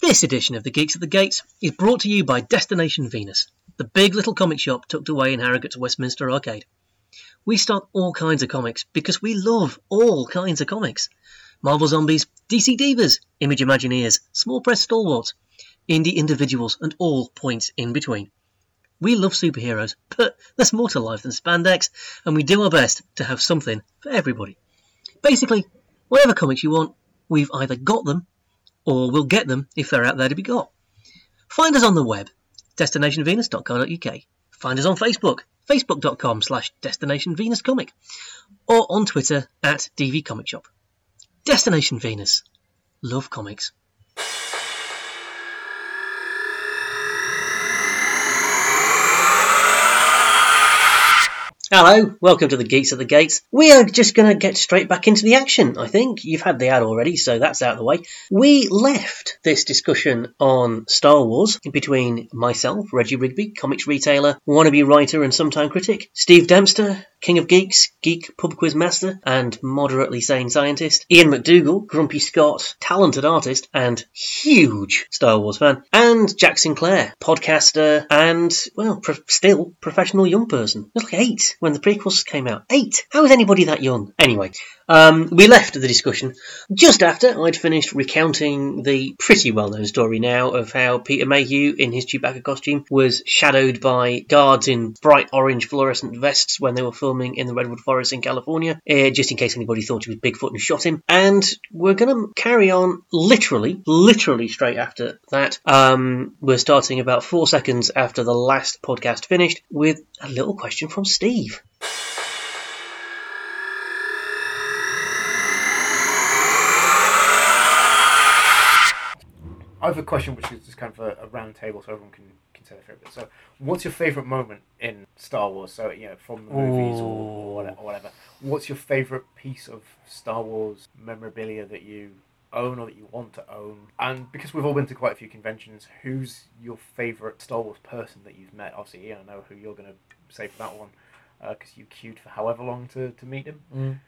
This edition of the Geeks at the Gates is brought to you by Destination Venus, the big little comic shop tucked away in Harrogate's Westminster Arcade. We stock all kinds of comics because we love all kinds of comics Marvel Zombies, DC Divas, Image Imagineers, Small Press Stalwarts, Indie Individuals, and all points in between. We love superheroes, but there's more to life than spandex, and we do our best to have something for everybody. Basically, whatever comics you want, we've either got them or we'll get them if they're out there to be got. Find us on the web, destinationvenus.co.uk. Find us on Facebook, facebook.com slash destinationvenuscomic, or on Twitter at dvcomicshop. Destination Venus. Love comics. Hello, welcome to the Geeks at the Gates. We are just going to get straight back into the action, I think. You've had the ad already, so that's out of the way. We left this discussion on Star Wars between myself, Reggie Rigby, comics retailer, wannabe writer and sometime critic, Steve Dempster, King of Geeks, Geek Pub Quiz Master, and moderately sane scientist, Ian McDougall, Grumpy Scott, talented artist, and huge Star Wars fan, and Jack Sinclair, podcaster, and, well, pro- still professional young person. He was like eight when the prequels came out. Eight! How is anybody that young? Anyway, um, we left the discussion just after I'd finished recounting the pretty well known story now of how Peter Mayhew, in his Chewbacca costume, was shadowed by guards in bright orange fluorescent vests when they were filming in the Redwood Forest in California, eh, just in case anybody thought he was Bigfoot and shot him. And we're going to carry on literally, literally straight after that. Um, we're starting about four seconds after the last podcast finished with a little question from Steve. I have a question which is just kind of a, a round table so everyone can, can say their favourite. So, what's your favourite moment in Star Wars? So, you know, from the movies or, whate- or whatever. What's your favourite piece of Star Wars memorabilia that you own or that you want to own? And because we've all been to quite a few conventions, who's your favourite Star Wars person that you've met? Obviously, Ian, I know who you're going to say for that one because you queued for however long to, to meet him.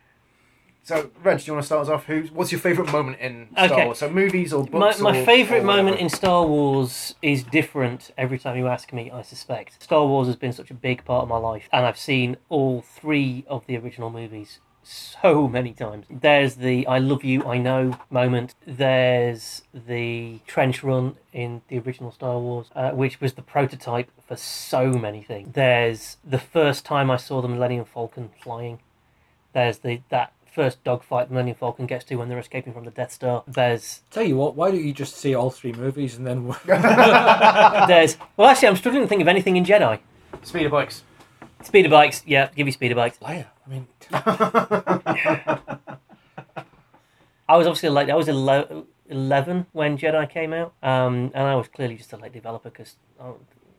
So, Reg, do you want to start us off? Who's, what's your favourite moment in Star Okay. Wars? So, movies or books? My, my or- favourite or moment whatever. in Star Wars is different every time you ask me, I suspect. Star Wars has been such a big part of my life, and I've seen all three of the original movies so many times. There's the I love you, I know moment, there's the trench run in the original Star Wars, uh, which was the prototype for so many things. There's the first time I saw the Millennium Falcon flying there's the that first dogfight Millennium Falcon gets to when they're escaping from the Death Star. There's Tell you what, why don't you just see all three movies and then there's well actually I'm struggling to think of anything in Jedi. Speeder bikes. Speeder bikes, yeah, give you speeder bikes. Leia? I mean, I was obviously like I was ele- eleven when Jedi came out, um, and I was clearly just a late developer because oh,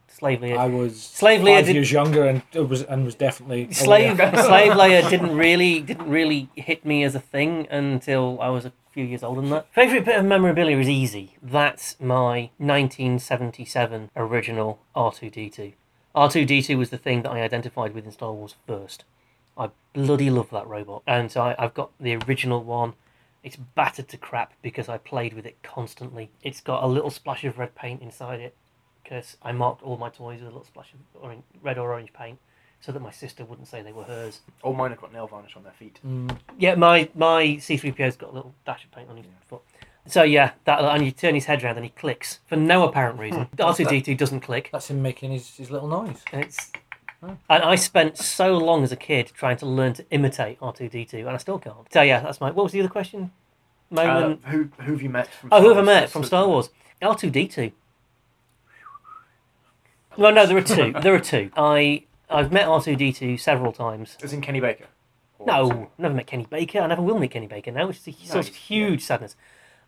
Slave Leia, I was Slave Leia five did- years younger and it was and was definitely Slave aware. Slave Leia didn't really didn't really hit me as a thing until I was a few years older than that. Favorite bit of memorabilia is easy. That's my 1977 original R2D2. R2D2 was the thing that I identified with in Star Wars first. I bloody love that robot, and so I, I've got the original one. It's battered to crap because I played with it constantly. It's got a little splash of red paint inside it because I marked all my toys with a little splash of orange, red or orange paint so that my sister wouldn't say they were hers. All mine have got nail varnish on their feet. Mm. Yeah, my my C three PO's got a little dash of paint on his foot. So yeah, that and you turn his head round and he clicks for no apparent reason. R two D two doesn't click. That's him making his, his little noise. And it's and I spent so long as a kid trying to learn to imitate R two D two, and I still can't. So yeah, that's my. What was the other question? Uh, Moment. who who have you met from? oh, Star who have I Wars? met That's from the- Star Wars? R two D two. Well, no, there are two. There are two. I I've met R two D two several times. As in Kenny Baker. Or something. No, never met Kenny Baker. I never will meet Kenny Baker now, which is a source of yeah. huge sadness.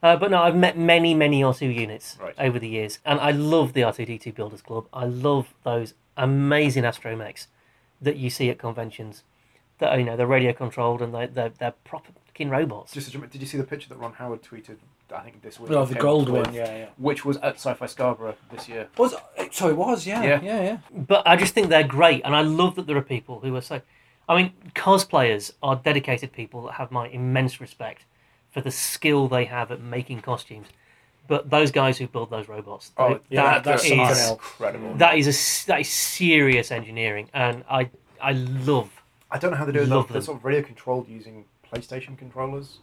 Uh, but no, I've met many, many R2 units Right. over the years, and I love the R2D2 Builders Club. I love those amazing astromechs that you see at conventions. That you know they're radio controlled and they they're, they're proper fucking robots. Just a, dramatic- did you see the picture that Ron Howard tweeted? I think this week. Oh, the Came gold up with, one, yeah, yeah. Which was at Sci-Fi Scarborough this year. Was so it was, yeah, Yeah. yeah, yeah. but I just think they're great, and I love that there are people who are so. I mean, cosplayers are dedicated people that have my immense respect for the skill they have at making costumes. But those guys who build those robots, Oh, th- yeah, that that's something is- else. incredible. that is a s- that is serious engineering, and I I love I don't know how they do it. They're, Love they're them. sort of radio controlled using PlayStation controllers,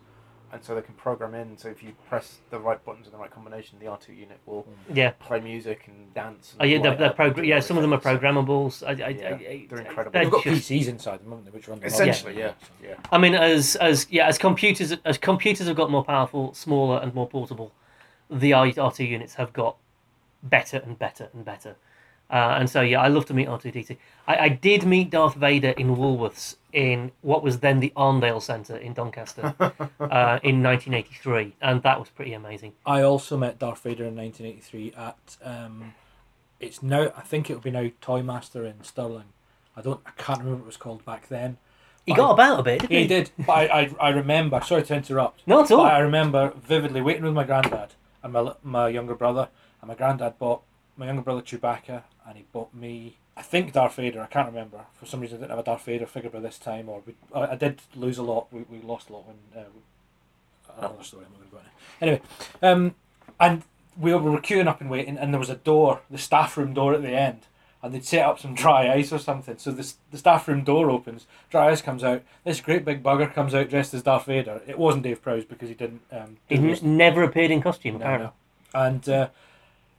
and so they can program in. So if you press the right buttons in the right combination, the R two unit will Mm. yeah. play music and dance. And Oh, yeah, light they're, they're up and progr- do yeah, all some of them are these things. programmable. So I, I, I, uh, Yeah, I, they're incredible. they're They've They've got just- PCs inside them, haven't they, which run the Essentially, yeah, yeah. I mean, as as yeah, as computers as computers have got more powerful, smaller, and more portable, the R two units have got better and better and better. Uh, and so yeah, I love to meet R two D two. I, I did meet Darth Vader in Woolworths in what was then the Arndale Centre in Doncaster uh, in 1983, and that was pretty amazing. I also met Darth Vader in 1983 at um, it's now I think it'll be now Toy Master in Stirling. I don't I can't remember what it was called back then. He But got I- about a bit, didn't he? He did, but I, I, I remember. Sorry to interrupt. No, at But all. I remember vividly waiting with my granddad and my li- my younger brother, and my granddad bought my younger brother Chewbacca, and he bought me I think Darth Vader. I can't remember. For some reason, I didn't have a Darth Vader figure by this time, or we, I, I did lose a lot. We, we lost a lot when. Uh, we, another story. I'm not going to go into. Anyway, um, and we were queuing up and waiting, and there was a door, the staff room door at the end, and they'd set up some dry ice or something. So this, the staff room door opens, dry ice comes out. This great big bugger comes out dressed as Darth Vader. It wasn't Dave Prowse because he didn't. Um, He do n- his- never appeared in costume, no, apparently. no. And uh,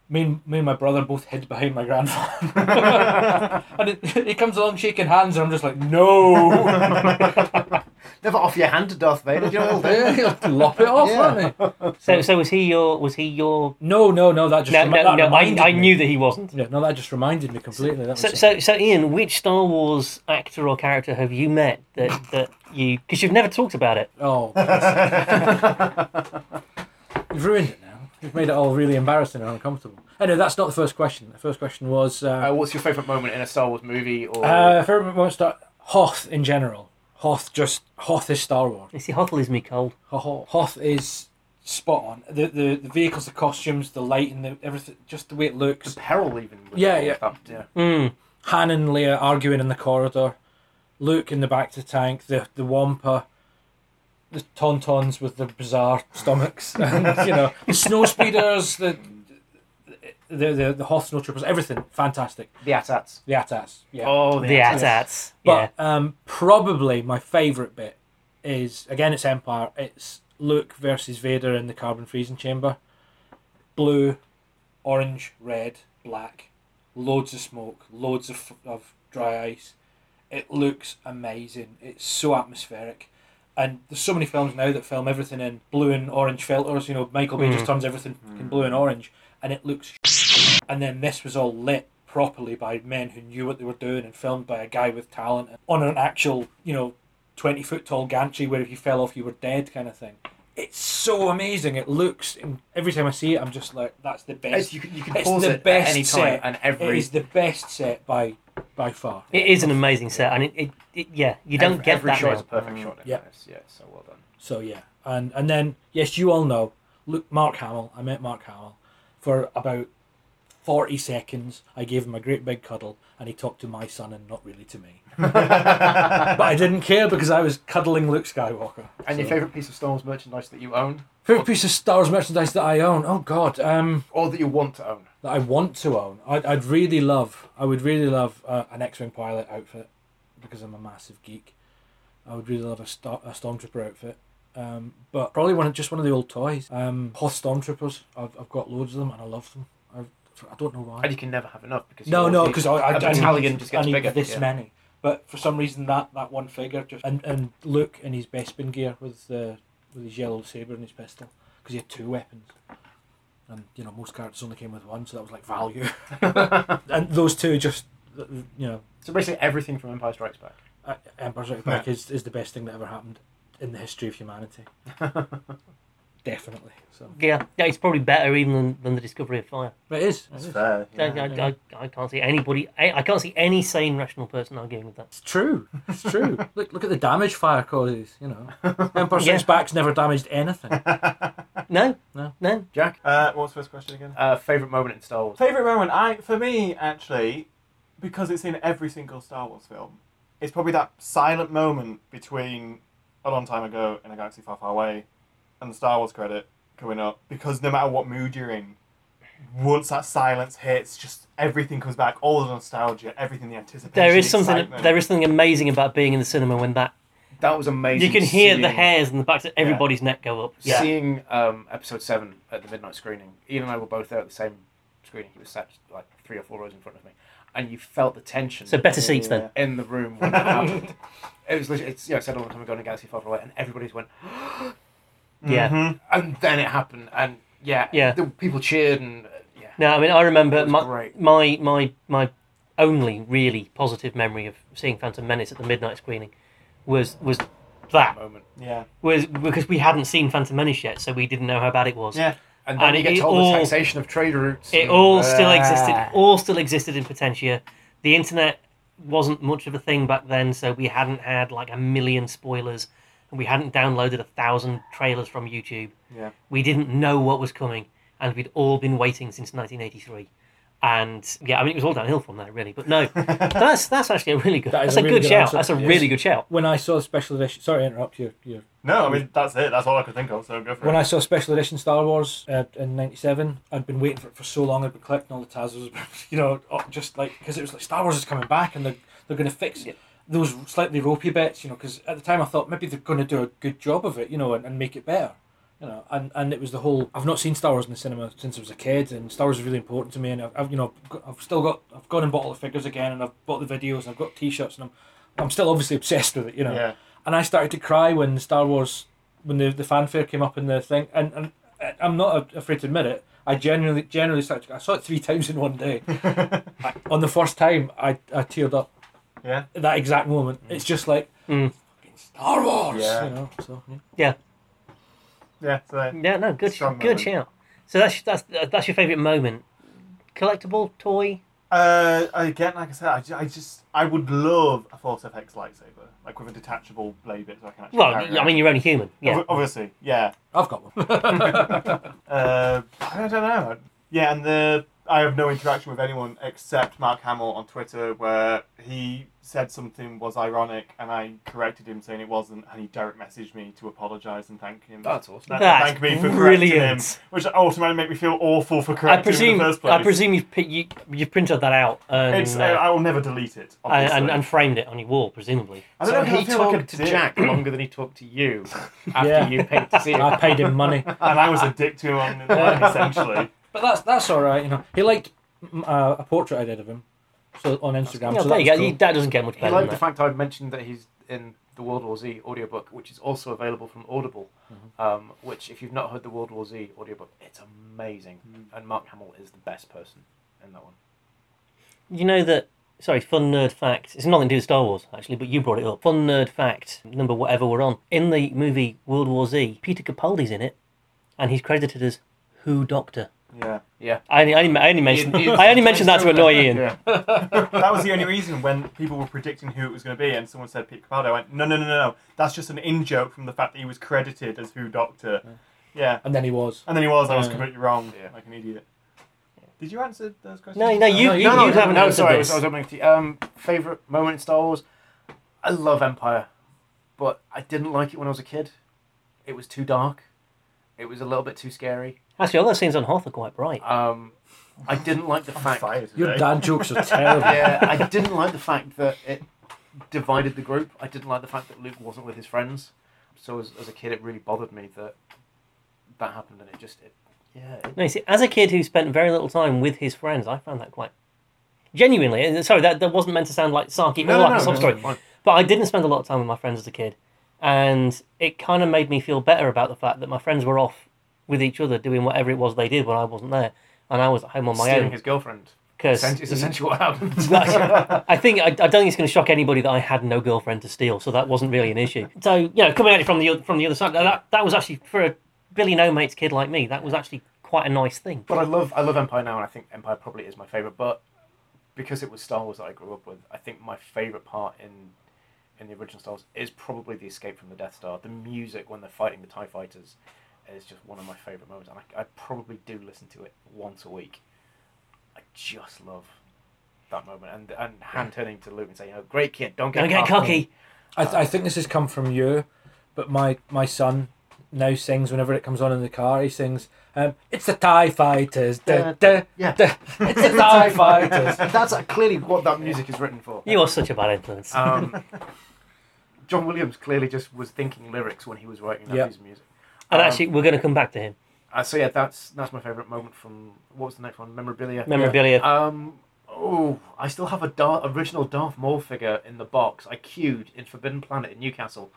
me, and me and my brother both hid behind my grandfather. and it, he comes along shaking hands, and I'm just like, no. Never offer your hand to Darth Vader. Do you know what he'll do? Yeah, He'll lop it off, Yeah. won't he? So, so was he your was he your? No, no, no. That just No, remi- no, that no. I, reminded I me. knew that he wasn't. Yeah, no, that just reminded me completely. That was So, so, so, Ian, which Star Wars actor or character have you met that, that you because you've never talked about it? Oh, piss. you've ruined it now. You've made it all really embarrassing and uncomfortable. Anyway, that's not the first question. The first question was Uh, uh, what's your favourite moment in a Star Wars movie? Or uh, favorite monster Hoth in general. Hoth just Hoth is Star Wars. You see, Hothel is me cold. Ho- ho- Hoth is spot on. The the, the vehicles, the costumes, the lighting, the everything, just the way it the looks. peril even. with Yeah, all yeah. That, yeah. Mm. Han and Leia arguing in the corridor. Luke in the back to tank. The the Wampa. The Tauntauns with the bizarre stomachs, and you know the snow speeders, the the the, the Hoth snowtroopers, everything fantastic. The Atats. The Atas, yeah. Oh, The Atats, yeah. But um, probably my favourite bit is again it's Empire. It's Luke versus Vader in the carbon freezing chamber. Blue, orange, red, black, loads of smoke, loads of of dry ice. It looks amazing. It's so atmospheric. And there's so many films now that film everything in blue and orange filters. You know, Michael Bay just turns everything in blue and orange, and it looks and then this was all lit properly by men who knew what they were doing and filmed by a guy with talent on an actual, you know, 20 foot tall gantry where if you fell off you were dead kind of thing. It's so amazing. It looks, and every time I see it, I'm just like, that's the It's, best. you can, you can It's pause the it at best any time set. and It every is the best set by by far. it is an amazing set, and it, it, it yeah, you don't every, get every that. shot now. is a perfect shot. Mm. Yeah. Yeah, yeah, so well done. So yeah, and and then yes, you all know. Look, Mark Hamill. I met Mark Hamill for about forty seconds. I gave him a great big cuddle, and he talked to my son and not really to me. but I didn't care because I was cuddling Luke Skywalker. And your So- favourite piece of Star Wars merchandise that you own favorite piece of Star Wars merchandise that I own? Oh God, um, or that you want to own? that I want to own. I'd, I'd really love. I would really love uh, an X-wing pilot outfit because I'm a massive geek. I would really love a, star, a stormtrooper outfit. Um, but probably one of, just one of the old toys. Um, Hoth stormtroopers. I've, I've got loads of them and I love them. I've, I don't know why. And you can never have enough because No, you no, always because need- I, I, a I battalion need, just I gets need bigger. this yeah. many. But for some reason, that, that one figure just and, and Luke in his Bespin gear with uh, with his yellow saber and his pistol because he had two weapons, and you know most characters only came with one, so that was like value. and those two just uh, you know, So basically everything from Empire Strikes Back. uh, Empire Strikes Back is, is the best thing that ever happened in the history of humanity. Definitely. So Yeah, yeah, it's probably better even than, than the Discovery of Fire. but it is. it is. fair. I- I, I, I can't see anybody. I, I can't see any sane, rational person arguing with that. It's true. It's true. look look at the damage fire causes. You know, Empire Strikes Back's never damaged anything. No, No. no. Jack, Uh, what was the first question again? uh, favorite moment in Star Wars. Favorite moment, I for me actually, because it's in every single Star Wars film, it's probably that silent moment between a long time ago in a galaxy far, far away, and the Star Wars credit going up because no matter what mood you're in, once that silence hits, just everything comes back. All the nostalgia, everything the anticipation. There is the something. excitement. There is something amazing about being in the cinema when that That was amazing. you can hear the seeing- hairs and the backs of everybody's neck go up. Yeah, Seeing um, episode seven at the midnight screening, Ian and I were both there at the same screening. He was sat like three or four rows in front of me, and you felt the tension. so better seats Yeah. then. in the room when that happened. It was literally, it's, you know, I said a long time ago in a galaxy far, far away, and everybody's went, Yeah. Mhm. and then it happened, and yeah, Yeah. the people cheered, and uh, yeah, No, I mean I remember was my, great. my my my only really positive memory of seeing Phantom Menace at the midnight screening was was that moment. Yeah, was because we hadn't seen Phantom Menace yet, so we didn't know how bad it was. yeah. And then And you get it told all- the taxation of trade routes. It and- all still existed. Ah. All still existed in Potentia. The internet wasn't much of a thing back then, so we hadn't had like a million spoilers, and we hadn't downloaded a thousand trailers from YouTube. Yeah. We didn't know what was coming, and we'd all been waiting since 1983. And yeah, I mean it was all downhill from there, really. But no, that's that's actually a really good. That is that's a a, really good, good shout. answer. That's a Yes. really good shout. When I saw special edition, sorry, to interrupt you. you No, I mean that's it. That's all I could think of. So go for When it. I saw special edition Star Wars uh, in '97, I'd been waiting for it for so long. I'd been collecting all the tazzles, you know, oh, just like because it was like Star Wars is coming back and they're they're going to fix those slightly ropey bits, you know. Because at the time I thought maybe they're going to do a good job of it, you know, and, and make it better, you know. And and it was the whole I've not seen Star Wars in the cinema since I was a kid, and Star Wars is really important to me, and I've, I've you know got, I've still got I've gone and bought all the figures again, and I've bought the videos, and I've got T-shirts, and I'm I'm still obviously obsessed with it, you know yeah, and I started to cry when Star Wars when the, the fanfare came up in the thing and, and I- I'm not a- afraid to admit it I genuinely generally started to, cry. I saw it three times in one day I, on the first time I, I teared up yeah, at that exact moment it's just like Mm. "Fucking Star Wars Yeah. you know so yeah. yeah. So there. Yeah, no, good, Strong good moment. shout. So that's that's that's your favourite moment, collectible toy. Uh, again, like I said, I, ju- I just I would love a Force FX lightsaber, like with a detachable blade bit, so I can actually. Well, carry it I mean, you're only human. around. Yeah, Ob- obviously, yeah. I've got one Uh, I don't know. Yeah, and the I have no interaction with anyone except Mark Hamill on Twitter, where he said something was ironic, and I corrected him saying it wasn't, and he direct messaged me to apologise and thank him. That's awesome. Thank- That's thank me for correcting him, brilliant. which automatically made me feel awful for I correcting him in presume the first place. I presume you've pi- you you printed that out and It's, uh, uh, I will never delete it. and, Obviously. and, and framed it on your wall, presumably. I so don't know. he if I feel like talked to a dick. Jack longer than he talked to you after Yeah. you paid to see it. I paid him money and I was a dick to him on the line, essentially. but that's that's alright you know he liked mm, uh, a portrait I did of him so on Instagram Yeah, so there that you go. was You- That doesn't get much He better liked than the that. fact I mentioned that he's in the World War Z audiobook, which is also available from Audible. Um, which, if you've not heard the World War Z audiobook, it's amazing. And Mark Hamill is the best person in that one. You know that. Sorry, fun nerd fact. It's nothing to do with Star Wars, actually, but you brought it up. Fun nerd fact, number whatever we're on. In the movie World War Z, Peter Capaldi's in it, and he's credited as Who Doctor. Yeah. I only, I only, I only mentioned, Ian- Ian's I only mentioned that to still annoy there. Ian. Yeah. That was the only reason when people were predicting who it was going to be, and someone said Pete Capaldi. I went, no, no, no, no. That's just an in joke from the fact that he was credited as Who Doctor. Yeah. and then he was And then he was. I was Yeah. completely wrong. Yeah. Like an idiot. Did you answer those questions? No, no, you, No, you, no, no, you haven't no, answered sorry, I this. was, I was opening to- um, favorite moment in Star Wars. I love Empire, but I didn't like it when I was a kid. It was too dark. It was a little bit too scary. Actually, all those scenes on Hoth are quite bright. Um, I didn't like the fact. Fire today. your dad jokes are terrible yeah, I didn't like the fact that it divided the group. I didn't like the fact that Luke wasn't with his friends. So as, as a kid, it really bothered me that that happened, and it just it, yeah. It, No, you see, as a kid who spent very little time with his friends, I found that quite genuinely. and Sorry, that, that wasn't meant to sound like oh, sarky or like a sob story. fine. But I didn't spend a lot of time with my friends as a kid, and it kind of made me feel better about the fact that my friends were off with each other doing whatever it was they did when I wasn't there, and I was at home on my Stealing own. his girlfriend. Because Essen- It's essentially what happened. I think I, I don't think it's going to shock anybody that I had no girlfriend to steal, so that wasn't really an issue. So you know, coming at it from the oth- from the other side, that that was actually for a Billy No Mates kid like me, that was actually quite a nice thing. But I love I love Empire now, and I think Empire probably is my favorite. But because it was Star Wars that I grew up with, I think my favorite part in in the original Star Wars is probably the escape from the Death Star. The music when they're fighting the Tie Fighters is just one of my favorite moments, and I, I probably do listen to it once a week. I just love that moment, and and hand turning to Luke and saying, "Oh, great kid, don't get Don't get cocky. I, th- I think this has come from you, but my my son now sings whenever it comes on in the car. He sings, um, "It's the Tie Fighters." Da, da, Yeah. da. It's the Tie Fighters. That's uh, clearly what that music is written for. You are such a bad influence. Um, John Williams clearly just was thinking lyrics when he was writing that Yeah. piece of music. and um, actually, we're going to come back to him. Uh, so yeah, that's that's my favourite moment from what was the next one? Memorabilia. Memorabilia. Um, oh, I still have a Dar- original Darth Maul figure in the box. I queued in Forbidden Planet in Newcastle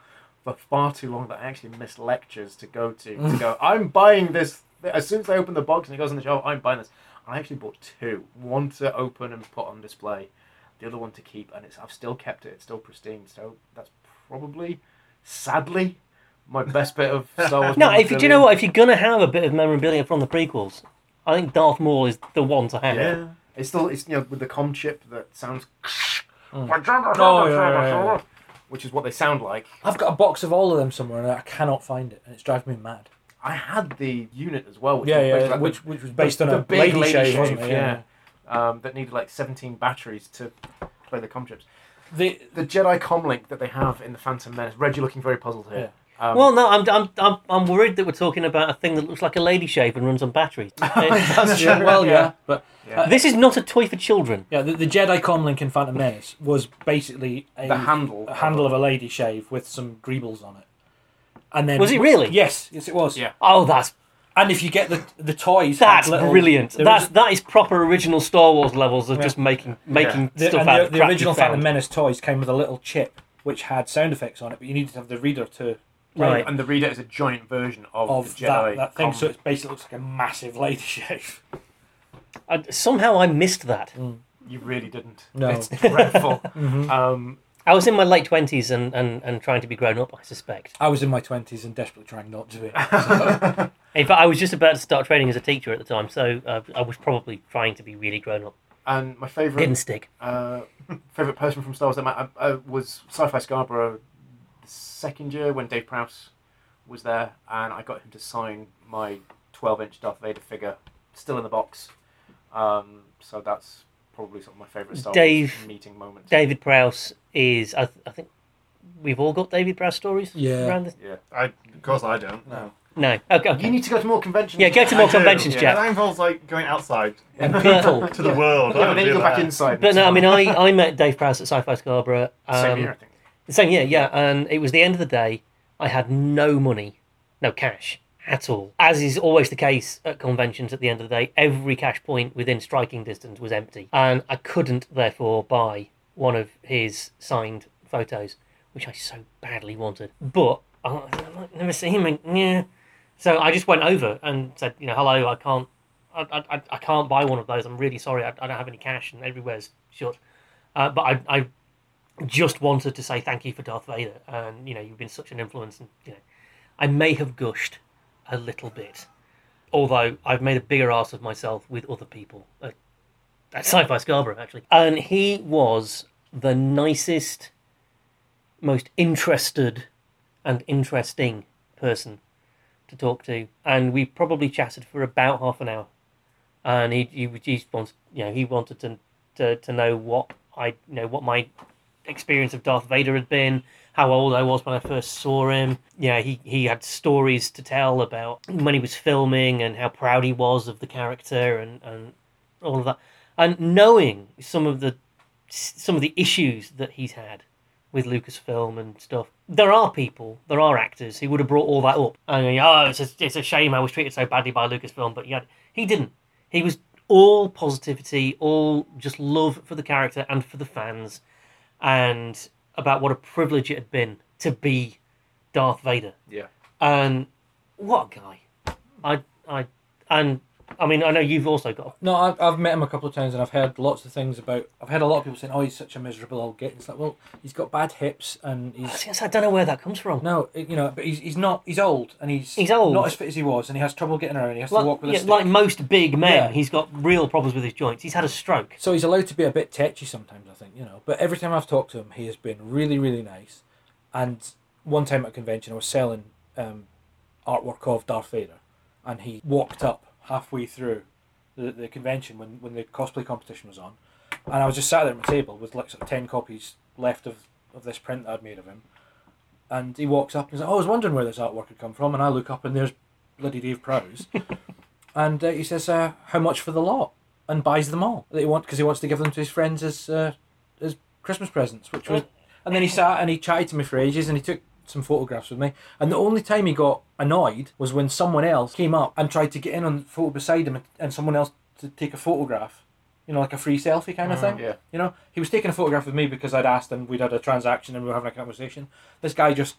for far too long that I actually missed lectures to go to. To go, I'm buying this. As soon as I open the box and it goes on the shelf, I'm buying this. I actually bought two. One to open and put on display, the other one to keep, and it's I've still kept it. It's still pristine. So that's probably, sadly, my best bit of Star Wars. no, if you, do you know memorabilia. what? If you're going to have a bit of memorabilia from the prequels, I think Darth Maul is the one to have. Yeah. It's still it's you know with the com chip that sounds Oh, yeah, yeah, yeah. which is what they sound like. I've got a box of all of them somewhere, and I cannot find it, and it's driving me mad. I had the unit as well, which Yeah, was yeah, basically like which the, which was based on the a big lady, shave, wasn't it? shave, yeah. Um, that needed like seventeen batteries to play the com chips. The The Jedi comlink that they have in the Phantom Menace. Reg, you're looking very puzzled here. Um, Well, no, I'm, I'm, I'm, I'm worried that we're talking about a thing that looks like a lady shave and runs on batteries. It- that's Oh, yeah, well, yeah, but this is not a toy for children. yeah, the, the Jedi comlink in Phantom Menace was basically a, The handle. a handle of a lady shave with some greebles on it. And then Was it really? Yes, yes, it was. Yeah. Oh, that's And if you get the the toys, had that's little- brilliant. there That's was- that is proper original Star Wars levels of just making making the, stuff and out the, of the crap you original found. Phantom Menace toys came with a little chip which had sound effects on it, but you needed to have the reader to Right. And the reader is a giant version of, of the Jedi that, that thing. com- So it basically looks like a massive lady shave. I, somehow I missed that. Mm. you really didn't. No. Mm-hmm. It's dreadful. um, I was in my late twenties and, and, and trying to be grown up. I suspect. I was in my twenties and desperately trying not to be. In fact, I was just about to start training as a teacher at the time, so uh, I was probably trying to be really grown up. and my favorite Didn't stick. uh, favorite person from Star Wars that ma- I, I was Sci-Fi Scarborough the second year when Dave Prouse was there, and I got him to sign my 12-inch Darth Vader figure, still in the box. Um, so that's probably sort of my favorite Star Dave- Wars meeting moment. David Prowse is. I, th- I think we've all got David Prowse stories. Yeah. Around this. Yeah, I, of course, I don't. No. No. Okay. you okay. need to go to more conventions. Yeah, go to I more do, conventions, yeah. Jack. That involves like going outside and people, to the world. I Yeah, but don't then you do go back that. inside. But no, I mean, I, I met Dave Prowse at Sci-Fi Scarborough. Um, same year, I think. the Same year, yeah. And it was the end of the day. I had no money, no cash at all. As is always the case at conventions at the end of the day, every cash point within striking distance was empty. And I couldn't, therefore, buy one of his signed photos, which I so badly wanted. But I might never see him. and- Yeah. So I just went over and said, you know, hello, I can't. I, I, I- I can't buy one of those. I'm really sorry. I, I don't have any cash, and everywhere's shut. Uh, but I, I just wanted to say thank you for Darth Vader, and you know you've been such an influence, and you know I may have gushed a little bit, although I've made a bigger ass of myself with other people at, at Sci-Fi Scarborough actually, and he was the nicest, most interested, and interesting person to talk to, and we probably chatted for about half an hour, and he he, he wants you know he wanted to to, to know what I you know what my experience of Darth Vader had been, how old I was when I first saw him. Yeah, he, he had stories to tell about when he was filming and how proud he was of the character and, and all of that. And knowing some of the some of the issues that he's had with Lucasfilm and stuff, there are people, there are actors who would have brought all that up. And oh, it's a, it's a shame I was treated so badly by Lucasfilm, but yeah, he didn't. He was all positivity, all just love for the character and for the fans and about what a privilege it had been to be Darth Vader. Yeah. And what a guy. I I and I mean I know you've also got No, I've, I've met him a couple of times and I've heard lots of things about. I've heard a lot of people saying, "Oh, he's such a miserable old git." It's like, well, he's got bad hips and he's I don't know where that comes from. no, it- you know, but he's, he's not. He's old and he's He's old. not as fit as he was, and he has trouble getting around. He has to walk Like, with a yeah, stick. like most big men, Yeah. he's got real problems with his joints. He's had a stroke. So he's allowed to be a bit tetchy sometimes, I think, you know. But every time I've talked to him, he has been really, really nice. And one time at a convention, I was selling um, artwork of Darth Vader, and he walked up halfway through the, the convention when, when the cosplay competition was on. And I was just sat there at my table with like sort of 10 copies left of, of this print that I'd made of him. and he walks up and he's like, "Oh, I was wondering where this artwork had come from." And I look up and there's bloody Dave Prowse, and uh, he says, uh, "How much for the lot?" and buys them all that he wants because he wants to give them to his friends as uh, as Christmas presents, which was. And then he sat and he chatted to me for ages and he took some photographs with me. And the only time he got annoyed was when someone else came up and tried to get in on the photo beside him and, and someone else to take a photograph. You know, like a free selfie kind Mm, of thing. yeah. You know, he was taking a photograph with me because I'd asked him, we'd had a transaction and we were having a conversation. This guy just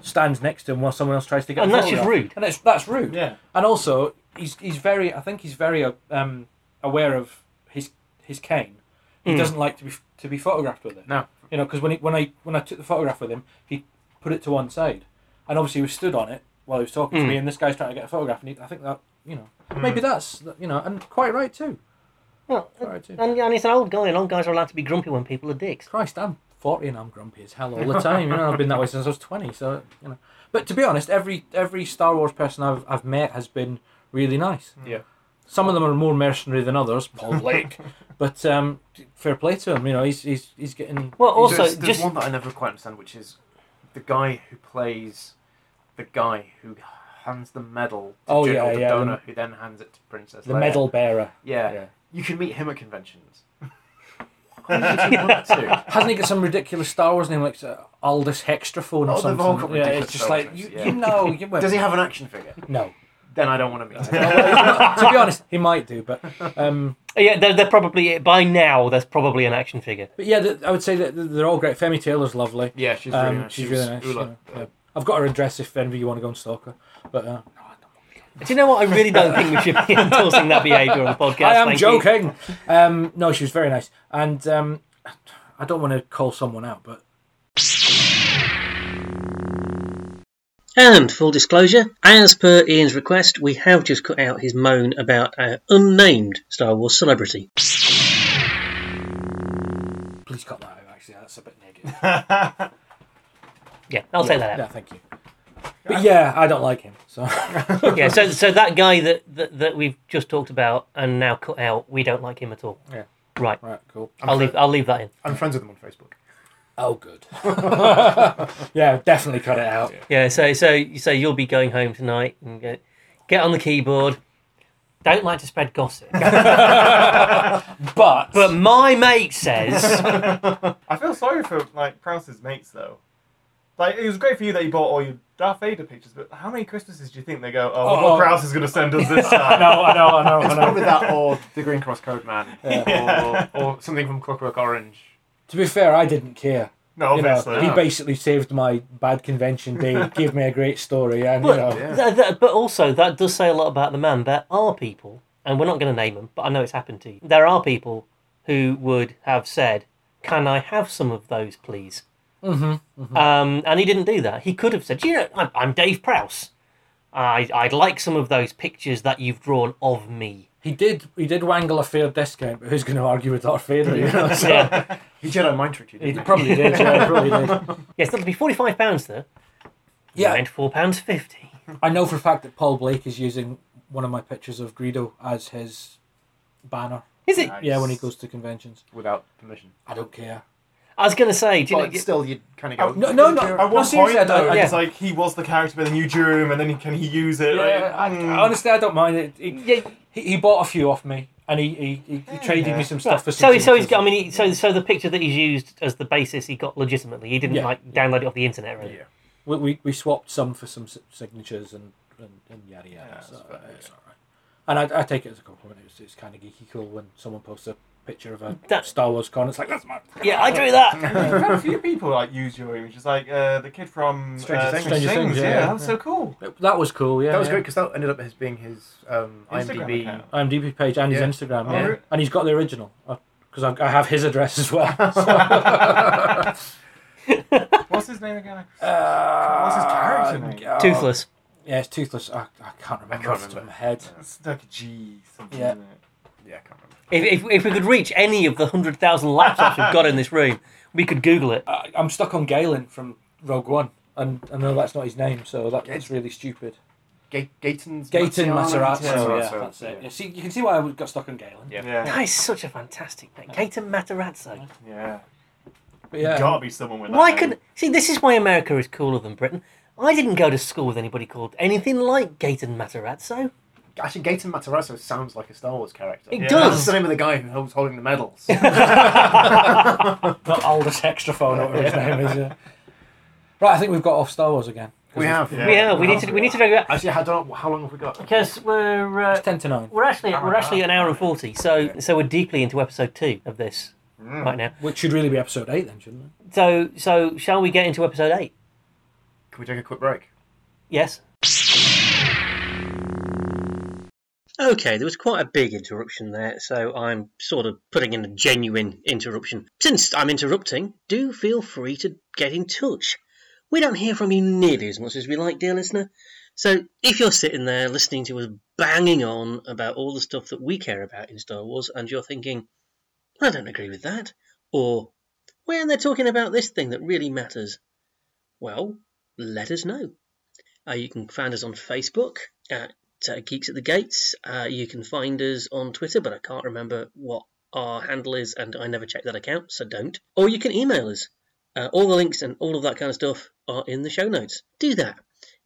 stands next to him while someone else tries to get And a that's just photograph. rude. And it's, that's rude. Yeah. And also, he's he's very. I think he's very uh, um, aware of his his cane. He doesn't like to be to be photographed with it. No. You know, because when he, when I when I took the photograph with him, he put it to one side, and obviously he was stood on it while he was talking to me, and this guy's trying to get a photograph, and he, I think that you know maybe that's you know and quite right too. Well, Quite right too. and, and it's an old guy, and old guys are allowed to be grumpy when people are dicks. Christ, I'm 40 and I'm grumpy as hell all the time. You know, I've been that way since I was 20. So, you know. But to be honest, every every Star Wars person I've, I've met has been really nice. Yeah. Some of them are more mercenary than others, Paul Blake. but um, fair play to him. You know, he's he's, he's getting. Well, also, there's, there's just one that I never quite understand, which is the guy who plays the guy who hands the medal to Oh, General yeah, yeah, Dodona, the- who then hands it to Princess The Leia. medal bearer. Yeah. Yeah. you can meet him at conventions. Why would you want to? Hasn't he got some ridiculous Star Wars name like uh, Aldous Hextraphone or Oh, they've something? all got yeah, ridiculous it's just Star like, Wars you, names, yeah. you know. You, Does he have an action figure? No. Then I don't want to meet him. to be honest, he might do, but. Um, yeah, they're, they're probably by now. There's probably an action figure. But yeah, th I would say that they're all great. Femi Taylor's lovely. Yeah, she's really um, nice. she's She really was nice. Ula, uh, yeah, yeah. I've got her address if any of you want to go and stalk her. But uh, Do you know what? I really don't think we should be endorsing that behaviour on the podcast. I am thank you. joking. um, no, she was very nice, and um, I don't want to call someone out, but And full disclosure, as per Ian's request, we have just cut out his moan about our unnamed Star Wars celebrity. please cut that out. Actually, that's a bit negative. Yeah, I'll say that out. yeah, thank you. But yeah, I don't like him. So yeah, so so that guy that, that that we've just talked about and now cut out, we don't like him at all. Yeah. Right. right, cool. I'll leave I'll leave that in. I'm friends with him on Facebook. Oh, good. yeah, definitely cut it out. Yeah, so so so you'll be going home tonight and get get on the keyboard. Don't like to spread gossip. But, but my mate says I feel sorry for like Prowse's mates though. Like it was great for you that you bought all your Darth Vader pictures, but how many Christmases do you think they go? Oh, Oh, what oh. Prowse is going to send us this I time? know, I know, I know, It's I know. probably that or Oh, the Green Cross Code Man or, or something from Clockwork Orange. To be fair, I didn't care. no, You know, obviously. he basically saved my bad convention day, gave me a great story, and you know, yeah. Th- th- but also that does say a lot about the man. There are people, and we're not going to name them, but I know it's happened to you. There are people who would have said, "Can I have some of those, please?" Mm-hmm, Um, and he didn't do that. He could have said, "You know, I'm, I'm Dave Prouse. I, I'd like some of those pictures that you've drawn of me." he did he did wangle a fair discount, but who's going to argue with Darth Vader? You know, so Yeah, He Jedi mind tricked you. he Didn't he? probably did. Yeah, he probably did. yes, that'll be forty-five pounds though. Yeah. and four pounds fifty. I know for a fact that Paul Blake is using one of my pictures of Greedo as his banner. Is it? Nice. Yeah, when he goes to conventions, without permission. I don't care. I was going to say, do you But know, still, you kind of go. Oh, No, no, no. At no, one point, seriously, I though, don't. I it's just- like he was the character, but then you drew him, and then can he use it? yeah, I, like, mm. honestly, I don't mind it. He, yeah, he, he bought a few off me, and he he, he, he traded me some stuff for. so, some so he's pictures. got. I mean, he, so so the picture that he's used as the basis, he got legitimately. He didn't Yeah. like download it off the internet, really. Yeah. we, we, we swapped some for some si- signatures and, and, and yada yada. that's so fair, it's all right. And I, I take it as a compliment. It's, it's kind of geeky cool when someone posts a picture of a That- Star Wars con. It's like that's my Yeah, I drew that. We've had a few people like use your images, like uh, the kid from Stranger uh, Things. Stranger Things, yeah. that was so cool. that was cool. Yeah, That was yeah. great because that ended up as being his um, Instagram IMDb. account. IMDb page and Yeah. his Instagram. Oh, yeah. really? and he's got the original because I, I have his address as well. So- What's his name again? What's his character name? Toothless. uh, Yeah, it's toothless. I, I can't remember. can't off the top of remember. my head. It's like a G something. Yeah. Isn't it? Yeah, I can't remember. If, if, if we could reach any of the 100,000 laptops we've got in this room, we could Google it. I, Uh, I'm stuck on Galen from Rogue One, and I know that's not his name, so that, that's really stupid. Ga- Gaten's Gayton Matarazzo. Maserati. Yeah, that's it. Yeah, see, you can see why I got stuck on Galen. Yeah. Yeah. That is such a fantastic name. Gator Matarazzo. Yeah. But yeah, Gotta be someone with that. Why name. couldn't see? This is why America is cooler than Britain. I didn't go to school with anybody called anything like Gaten Matarazzo. Actually, Gaten Matarazzo sounds like a Star Wars character. It Yeah. That's does. the name of the guy who was holding the medals. the oldest extra phone, whatever his name is. Yeah. Right, I think we've got off Star Wars again. we have. Yeah. We are. We need to. We need to figure out Actually, I don't know how long have we got. because we're uh, It's ten to nine, we're actually we're actually an hour and forty. So so we're deeply into episode two of this right now. which should really be episode eight, then, shouldn't it? So so shall we get into episode eight? Can we take a quick break? Yes. Okay, there was quite a big interruption there, so I'm sort of putting in a genuine interruption. Since I'm interrupting, do feel free to get in touch. We don't hear from you nearly as much as we like, dear listener. So if you're sitting there listening to us banging on about all the stuff that we care about in Star Wars and you're thinking, I don't agree with that, or, well, they're talking about this thing that really matters, well, let us know. Uh, you can find us on Facebook at uh, Geeks at the Gates. Uh, you can find us on Twitter, but I can't remember what our handle is, and I never check that account, so don't. Or you can email us. Uh, all the links and all of that kind of stuff are in the show notes. Do that.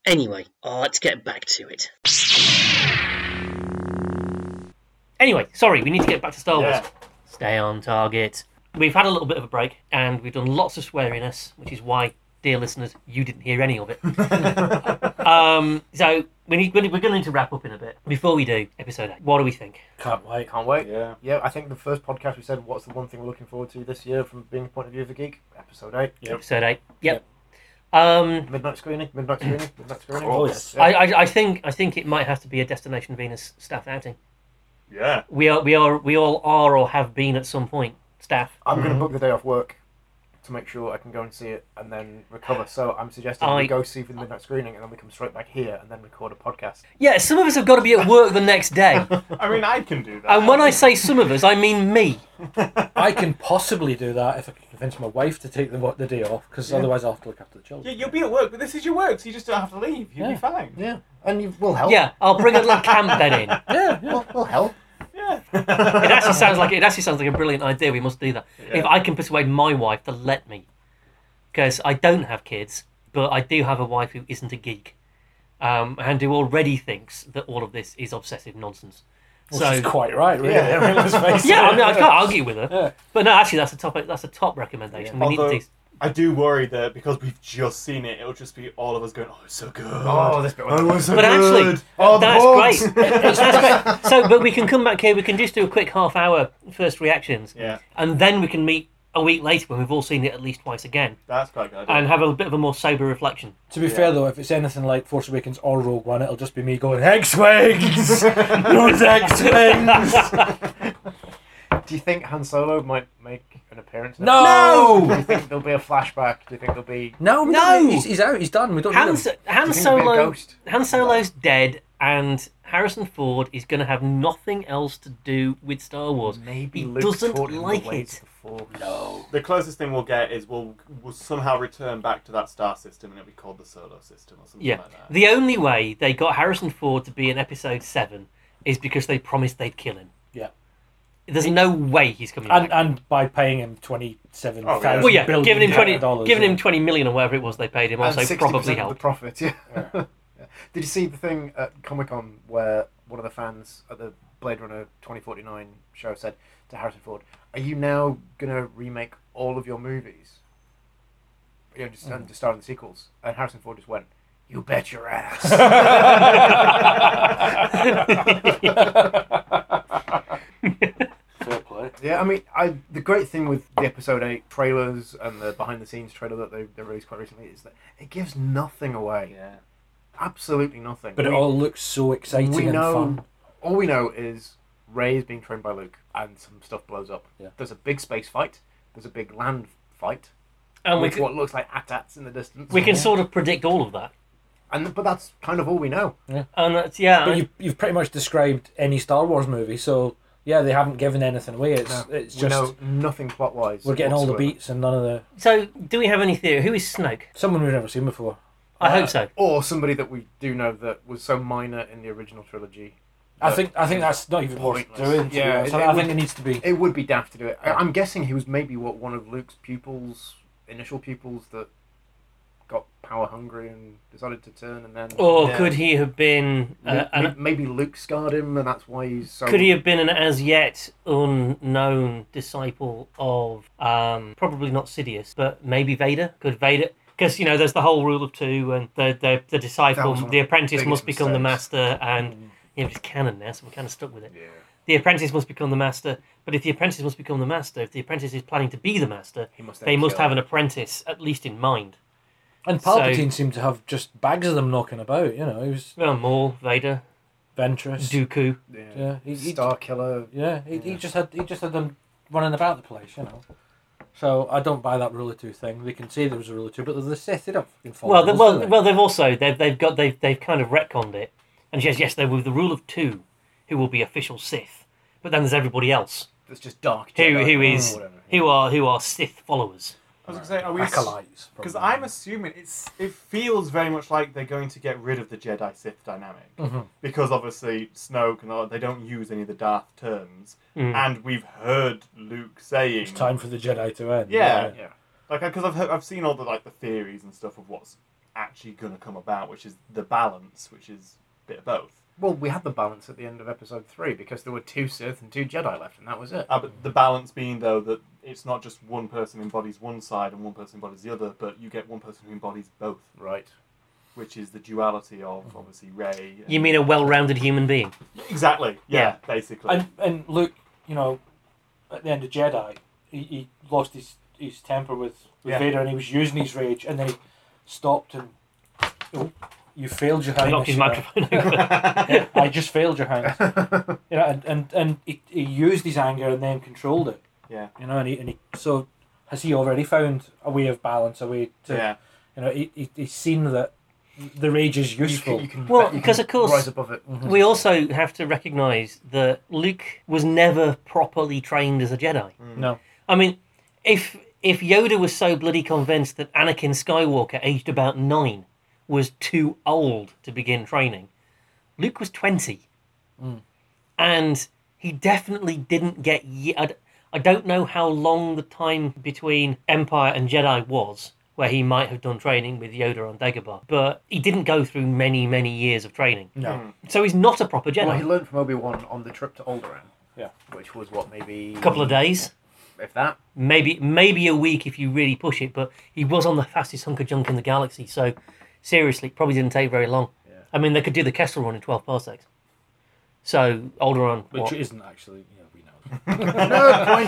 Anyway, uh, let's get back to it. Anyway, sorry, we need to get back to Star Wars. Yeah. Stay on target. We've had a little bit of a break and we've done lots of sweariness, which is why, dear listeners, you didn't hear any of it. um, so we need, we're going to need to wrap up in a bit. Before we do, episode 8, what do we think? Can't wait. Can't wait. Yeah. Yeah, I think the first podcast we said, what's the one thing we're looking forward to this year from being a point of view of a geek? Episode 8. Yep. Episode 8. Yep. Um, Midnight screening, midnight screening, midnight screening. Oh, yes. Yeah. I, I, I think I think it might have to be a Destination Venus staff outing. Yeah. We are we are we all are or have been at some point staff. I'm going to book the day off work to make sure I can go and see it and then recover. So I'm suggesting I- we go see for the midnight screening and then we come straight back here and then record a podcast. Yeah, some of us have got to be at work the next day. I mean, I can do that. and when I say some of us, I mean me. I can possibly do that if I can convince my wife to take the, what, the day off, because otherwise I'll have to look after the Yeah, children. you'll be at work, but this is your work, so you just don't have to leave. You'll Yeah. be fine. Yeah, and you will help. Yeah, I'll bring a little camp bed in. It Yeah, yeah. we'll, we'll help. Yeah. actually sounds like it actually sounds like a brilliant idea. We must do that. If I can persuade my wife to let me, because I don't have kids, but I do have a wife who isn't a geek, um, and who already thinks that all of this is obsessive nonsense. Well, so she's quite right, really. Yeah. I mean, let's face it. yeah, I mean, I can't argue with her. Yeah. But no, actually, that's a top. That's a top recommendation. We Although- need to. Do, I do worry that because we've just seen it, it'll just be all of us going, "Oh, it's so good." Oh, this bit was- Oh, it's so but actually, good. oh, the that's bugs." great. That's- that's great. So, but we can come back here. We can just do a quick half hour first reactions, Yeah, and then we can meet a week later when we've all seen it at least twice again. that's quite good. and have a bit of a more sober reflection. To be fair, though, if it's anything like Force Awakens or Rogue One, it'll just be me going, X-Wings! Those X-Wings! Do you think Han Solo might make an appearance? next No! Do you think there'll be a flashback? Do you think there'll be? No, we No! don't- He's, he's out. He's done. We don't Han, need him. Han Do you think there'll be a Solo, ghost? Han Solo's dead, and Harrison Ford is going to have nothing else to do with Star Wars. Maybe he Luke doesn't taught him the like ways it. of the Force. the closest thing we'll get is we'll, we'll somehow return back to that star system, and it'll be called the Solar System or something Yeah, like that. the only way they got Harrison Ford to be in Episode Seven is because they promised they'd kill him. Yeah. There's no way he's coming And, back. and by paying him twenty-seven thousand Oh, billion yeah. well, yeah, giving him twenty, dollars, giving him yeah. twenty million or whatever it was they paid him And also 60% probably of The helped. profit. Yeah. Yeah. Did you see the thing at Comic Con where one of the fans at the Blade Runner 2049 show said to Harrison Ford, "Are you now gonna remake all of your movies? You know, just, and just starting the sequels." And Harrison Ford just went, "You bet your ass." Yeah, I mean, I the great thing with the episode eight trailers and the behind the scenes trailer that they, they released quite recently is that it gives nothing away. Yeah. Absolutely nothing. But it We- all looks so exciting we know and fun. all we know is Ray is being trained by Luke, and some stuff blows up. Yeah. There's a big space fight. There's a big land fight And we with can, what looks like AT-ATs in the distance. we can sort of predict all of that. and but that's kind of all we know. And that's, yeah, But you've, you've pretty much described any Star Wars movie, so yeah, they haven't given anything away. It's it's we just know nothing plot wise. we're getting all the beats and none of the So, do we have any theory? Who is Snoke? someone we've never seen before. Uh, I hope so. Or somebody that we do know that was so minor in the original trilogy I But think I think that's not even worth Pointless. doing. To Yeah, yeah, it- I, it think would- it needs to be. It would be daft to do it. I, I'm guessing he was maybe what one of Luke's pupils, initial pupils that got power hungry and decided to turn, and then Or Yeah. could he have been Lu- uh, an, Lu- maybe Luke scarred him, and that's why he's so. could he have been an as yet unknown disciple of um, probably not Sidious, but maybe Vader? Could Vader? Because you know, there's the whole rule of two, and the the, the That disciple, was one of the the apprentice biggest must become the mistakes. Mm. master, and yeah, it's canon now, so we're kind of stuck with it. Yeah. The apprentice must become the master, but if the apprentice must become the master, if the apprentice is planning to be the master, He must then they must kill. have an apprentice at least in mind. And So- Palpatine seemed to have just bags of them knocking about. You know, he was Well, Maul, Vader, Ventress. Dooku. Yeah. Yeah, he, he, Star killer. yeah, he, he just had he just had them running about the place. You know. So I don't buy that rule of two thing. They can say there was a rule of two, but they're the Sith. They don't fucking follow. Well, they, rules, do well, they? well, they've also they've they've got they've they've kind of retconned it, and yes, yes, there were the rule of two, who will be official Sith, but then there's everybody else That's just dark. who Jedi who or is whatever. who are who are Sith followers. I was going to say, are we acolytes. Because probably. I'm assuming it's it feels very much like they're going to get rid of the Jedi Sith dynamic Mm-hmm. Mhm. because obviously Snoke and all, they don't use any of the Darth terms, Mm. and we've heard Luke saying It's time for the Jedi to end. Yeah. Yeah. like because I've heard, I've seen all the like the theories and stuff of what's actually going to come about, which is the balance, which is a bit of both. Well, we had the balance at the end of episode three because there were two Sith and two Jedi left, and that was it. Uh, but the balance being though that it's not just one person embodies one side and one person embodies the other, but you get one person who embodies both, Right. which is the duality of obviously Ray. Mm-hmm. You mean a well-rounded human being? Exactly. Yeah, Yeah. basically. And and Luke, you know, at the end of Jedi, he, he lost his his temper with, with Yeah. Vader, and he was using his rage, and they stopped and oh, you failed your I highness. knocked his you know. microphone over. Yeah, I just failed your highness. you know, and and, and he, he used his anger and then controlled it. Yeah. You know, and he, and he so has he already found a way of balance, a way to yeah. you know, he, he, he's seen that the rage is useful. Mm-hmm. can, Well, you because can of course- rise above it. We also have to recognise that Luke was never properly trained as a Jedi. No. I mean, if if Yoda was so bloody convinced that Anakin Skywalker, aged about nine, was too old to begin training, Luke was twenty, Mm. and he definitely didn't get. Ye- I d- I don't know how long the time between Empire and Jedi was. Where he might have done training with Yoda on Dagobah, but he didn't go through many, many years of training. No. So he's not a proper Jedi. Well, he learned from Obi Wan on the trip to Alderaan. Yeah. Which was what maybe a couple of days, if that. maybe maybe a week if you really push it. But he was on the fastest hunk of junk in the galaxy, so seriously, it probably didn't take very long. Yeah. I mean, they could do the Kessel Run in twelve parsecs. So Alderaan, Which what? isn't actually, you know, we know.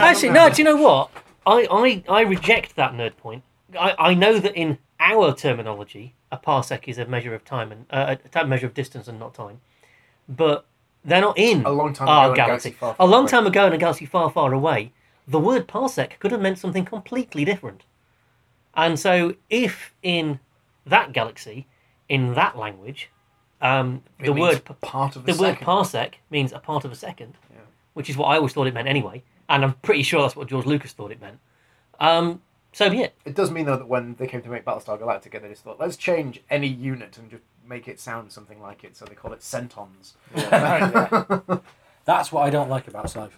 actually, no. Do you know what? I I, I reject that nerd point. I, I know that in our terminology, a parsec is a measure of time and uh, a type measure of distance and not time, but they're not in A long time our ago in a galaxy. galaxy far, a far long away. time ago in a galaxy far, far away, the word parsec could have meant something completely different. And so, if in that galaxy, in that language, um, It the means word part of a the word second. parsec means a part of a second, which is what I always thought it meant anyway, and I'm pretty sure that's what George Lucas thought it meant. Um, so be it. It does mean though that when they came to make Battlestar Galactica, they just thought, let's change any unit and just make it sound something like it. So they call it centons, That's what I don't like about sci-fi.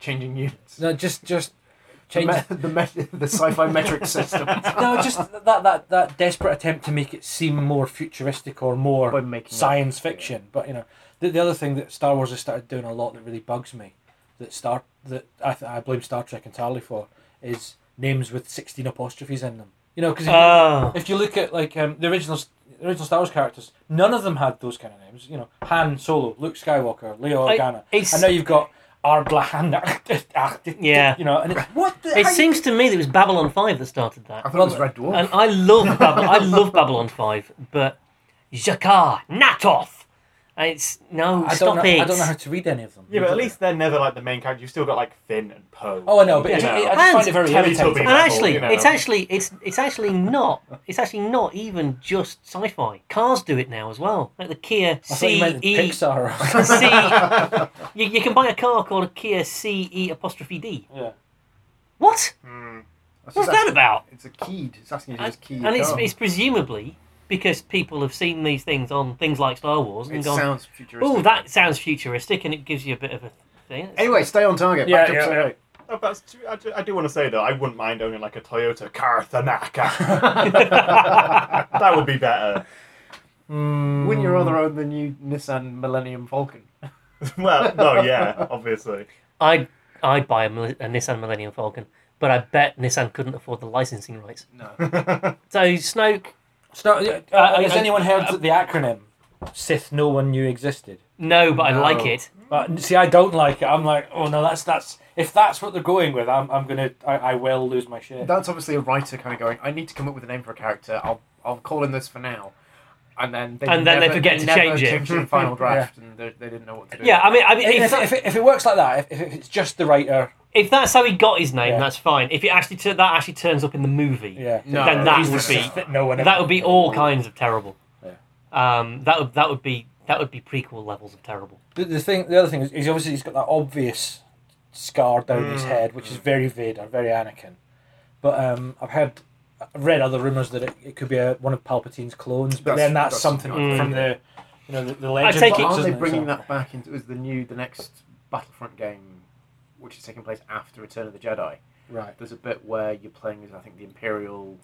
changing units. No, just just The, change. me- the, me- the sci-fi metric system no, just that, that that desperate attempt to make it seem more futuristic or by more making it- science fiction. But you know, the, the other thing that Star Wars has started doing a lot that really bugs me, that Star that I th- I blame Star Trek entirely for, is names with sixteen apostrophes in them. You know, because Oh, if you look at like um, the original the original Star Wars characters, none of them had those kind of names. You know, Han Solo, Luke Skywalker, Leo I- Organa, it's- and now you've got Ardlahan. Yeah. you know, and it's what the it how you- seems to me that it was Babylon Five that started I Oh. that, thought it was Red Dwarf. and I love Bab- I love Babylon Five, but Jakar Natoth. It's no I stop don't know, it. I don't know how to read any of them. Yeah, but at least they're never like the main character. You've still got like Finn and Poe. Oh, I know, but You it, know. it, I just And find it very Teletubbies. irritating. and actually, you know. it's actually it's it's actually not it's actually not even just sci-fi. Cars do it now as well. Like the Kia I thought you C meant E Pixar. C. you, you can buy a car called a Kia C E apostrophe D. yeah. What? That's What's just- that about? It's a keyed. It's asking you to And, just key. and your it's, car. it's presumably because people have seen these things on things like Star Wars and It gone, sounds futuristic. "Oh, that sounds futuristic," and it gives you a bit of a thing. Anyway, stay on target. Yeah, Back yeah, up to- yeah. Oh, that's true. I do, I do want to say though, I wouldn't mind owning like a Toyota Carthanaka. that would be better. Wouldn't you rather own the new Nissan Millennium Falcon? Well, no, yeah, obviously. I'd I'd buy a, mil- a Nissan Millennium Falcon, but I bet Nissan couldn't afford the licensing rights. No. So Snoke, Star- uh, has I- anyone heard the acronym Sith? No one knew existed. no, but I like No. it. But see, I don't like it. I'm like, oh no, that's that's if that's what they're going with, I'm I'm gonna I, I will lose my shit. That's obviously a writer kind of going. I need to come up with a name for a character. I'll I'll call him this for now, and then they And then they never- forget to never change it. changed the final draft, and they, they didn't know what to do. Yeah, I mean, I mean, if, If, if, that, it, if it works like that, if, if it's just the writer, if that's how he got his name, Yeah. that's fine. If it actually tur- that actually turns up in the movie, yeah, No, then that he's would the be Sith that no one. that would be all kinds of terrible. Yeah. Um, that would that would be that would be prequel levels of terrible. The, the thing, the other thing is, is obviously he's got that obvious scar down his head, which is very Vader, very Anakin. But um, I've heard, I've read other rumors that it, it could be a, one of Palpatine's clones. But That's- then that's, that's- something Mm. from the, you know, the, the legend. take But it- aren't books, they isn't it? bringing So- that back into as the new the next Battlefront game, which is taking place after Return of the Jedi? right? There's a bit where you're playing as I think the Imperial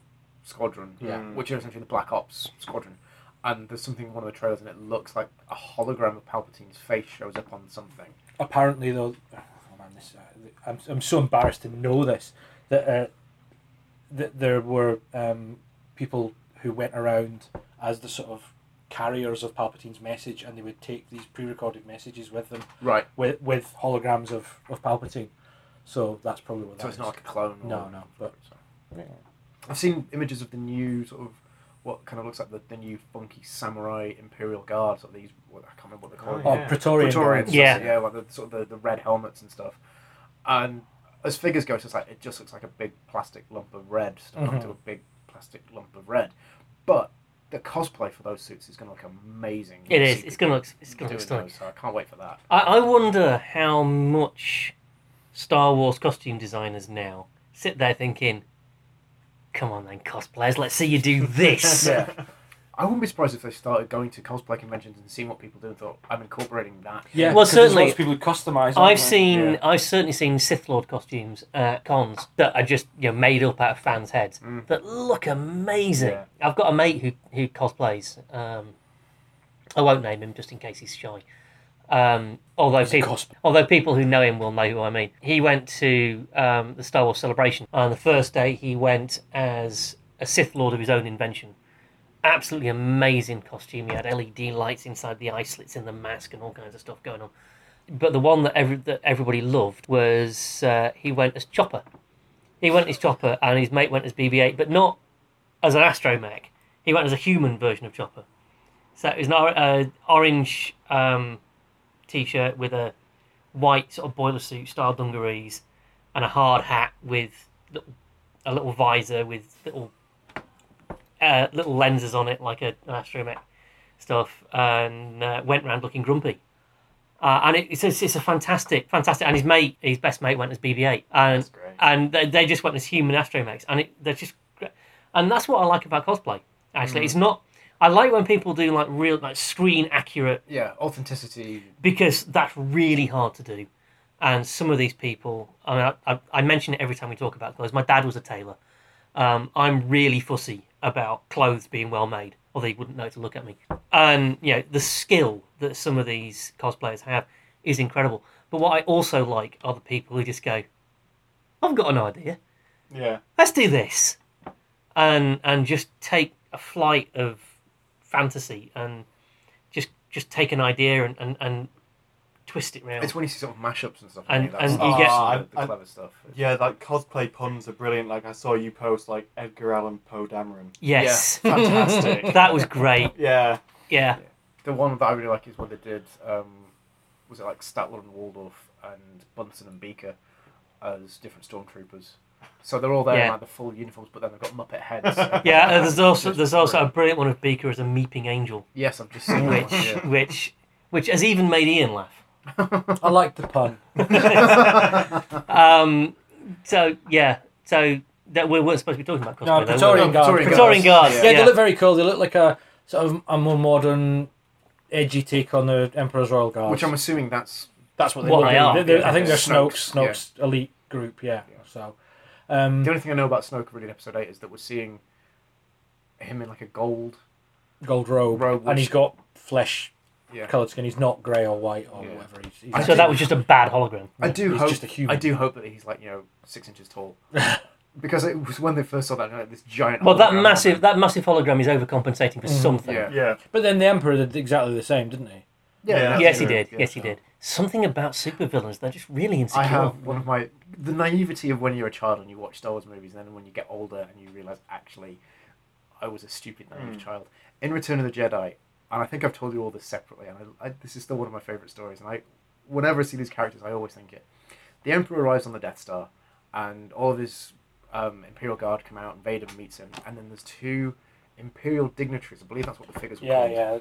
Squadron, Yeah. Hmm. which are essentially the Black Ops Squadron. And there's something in one of the trailers, and it looks like a hologram of Palpatine's face shows up on something. apparently though oh man this uh, I'm, I'm so embarrassed to know this that uh, that there were um, people who went around as the sort of carriers of Palpatine's message and they would take these pre-recorded messages with them Right. with with holograms of, of Palpatine so that's probably what So that it's is. not like a clone. Or, No, no, but- I've seen images of the new sort of what kind of looks like the, the new funky samurai imperial guard. Sort of these, what, I can't remember what they're called. Oh, oh yeah. Praetorian, Praetorians, guards. Yeah. yeah, yeah, like the sort of the, the red helmets and stuff. And as figures go, it's just like it just looks like a big plastic lump of red stuck Mm-hmm. onto a big plastic lump of red. But the cosplay for those suits is going to look amazing. It You is. see It's gonna look. It's people gonna look doing stunning. those, so I can't wait for that. I, I wonder how much Star Wars costume designers now sit there thinking, "Come on, then cosplayers, let's see you do this." Yeah. I wouldn't be surprised if they started going to cosplay conventions and seeing what people do and thought, I'm incorporating that. yeah Well, 'cause there's certainly- lots of people who customize I've seen, Yeah. I've certainly seen Sith Lord costumes at cons that are just you know made up out of fans' heads that look amazing. Yeah. I've got a mate who who cosplays. Um, I won't name him just in case he's shy. Um, although people, cosplay. although people who know him will know who I mean. He went to um, the Star Wars celebration and the first day he went as a Sith Lord of his own invention. Absolutely amazing costume. He had LED lights inside the eye slits in the mask and all kinds of stuff going on but the one that every that everybody loved was uh, he went as Chopper. He went as Chopper, and his mate went as BB-8, but not as an astromech. He went as a human version of Chopper. So it was an or- uh, orange um, t-shirt with a white sort of boiler suit, style dungarees, and a hard hat with little, a little visor with little uh, little lenses on it, like a, an astromech stuff, and uh, went round looking grumpy. Uh, and it, it's, it's it's a fantastic, fantastic. And his mate, his best mate, went as BB-8, and That's great. and they, they just went as human astromechs, and it, they're just, gr- and that's what I like about cosplay. Actually, Mm. it's not. I like when people do like real, like screen accurate Yeah, authenticity. because that's really hard to do. And some of these people, I mean, I, I, I mention it every time we talk about clothes. My dad was a tailor. Um, I'm really fussy about clothes being well made, although he wouldn't know to look at me. And you know, the skill that some of these cosplayers have is incredible. But what I also like are the people who just go, "I've got an idea Yeah. let's do this and and just take a flight of fantasy and just just take an idea and and, and twist it round It's when you see sort of mashups and stuff. And- I think that's and you get- sort of the, Ah, I- the clever stuff. Yeah, like cosplay puns are brilliant. Like I saw you post like Edgar Allan Poe Dameron. yes Fantastic. that was great yeah. yeah The one that I really like is when they did, um, was it like Statler and Waldorf and Bunsen and Beaker as different stormtroopers? So they're all there Yeah. in like the full uniforms, but then they've got Muppet heads. yeah and there's also Just there's also a brilliant. brilliant one of beaker as a meeping angel yes, I've just seen which that one, Oh, yeah. which which has even made ian laugh I like the pun um so yeah so That we're, we're supposed to be talking about cosplay. No, though, Praetorian weren't Guard. we? Praetorian Praetorian Guard. Yeah, they look very cool. They look like a sort of a more modern, edgy take on the Emperor's Royal Guard. Which I'm assuming that's that's what they What look they like. are. They're- they're- I think Yeah. they're Snoke's, Snoke's, yeah. Snoke's elite group. Yeah. So, um, the only thing I know about Snoke really in episode eight is that we're seeing him in like a gold. gold robe, Robe, and which- he's got flesh Yeah. coloured skin. He's not grey or white or Yeah. whatever. He's, he's So that was just a bad hologram. I do He's hope. just a human. I do hope that he's like you know six inches tall. because it was when they first saw that like, this giant. Well, that hologram. Mm-hmm. massive that massive hologram is overcompensating for something. Yeah. Yeah. But then the Emperor did exactly the same, didn't he? Yeah. that's Yes, he true. did. Yeah. yes, he did. Something about supervillains. They're just really insecure. I have one of my the naivety of when you're a child and you watch Star Wars movies, and then when you get older and you realize actually, I was a stupid Hmm. naive child. In Return of the Jedi, and I think I've told you all this separately, and I, I, this is still one of my favorite stories. And I, whenever I see these characters, I always think it. The Emperor arrives on the Death Star, and all of his um, Imperial Guard come out, and Vader meets him, and then there's two Imperial dignitaries. I believe that's what the figures were called. yeah.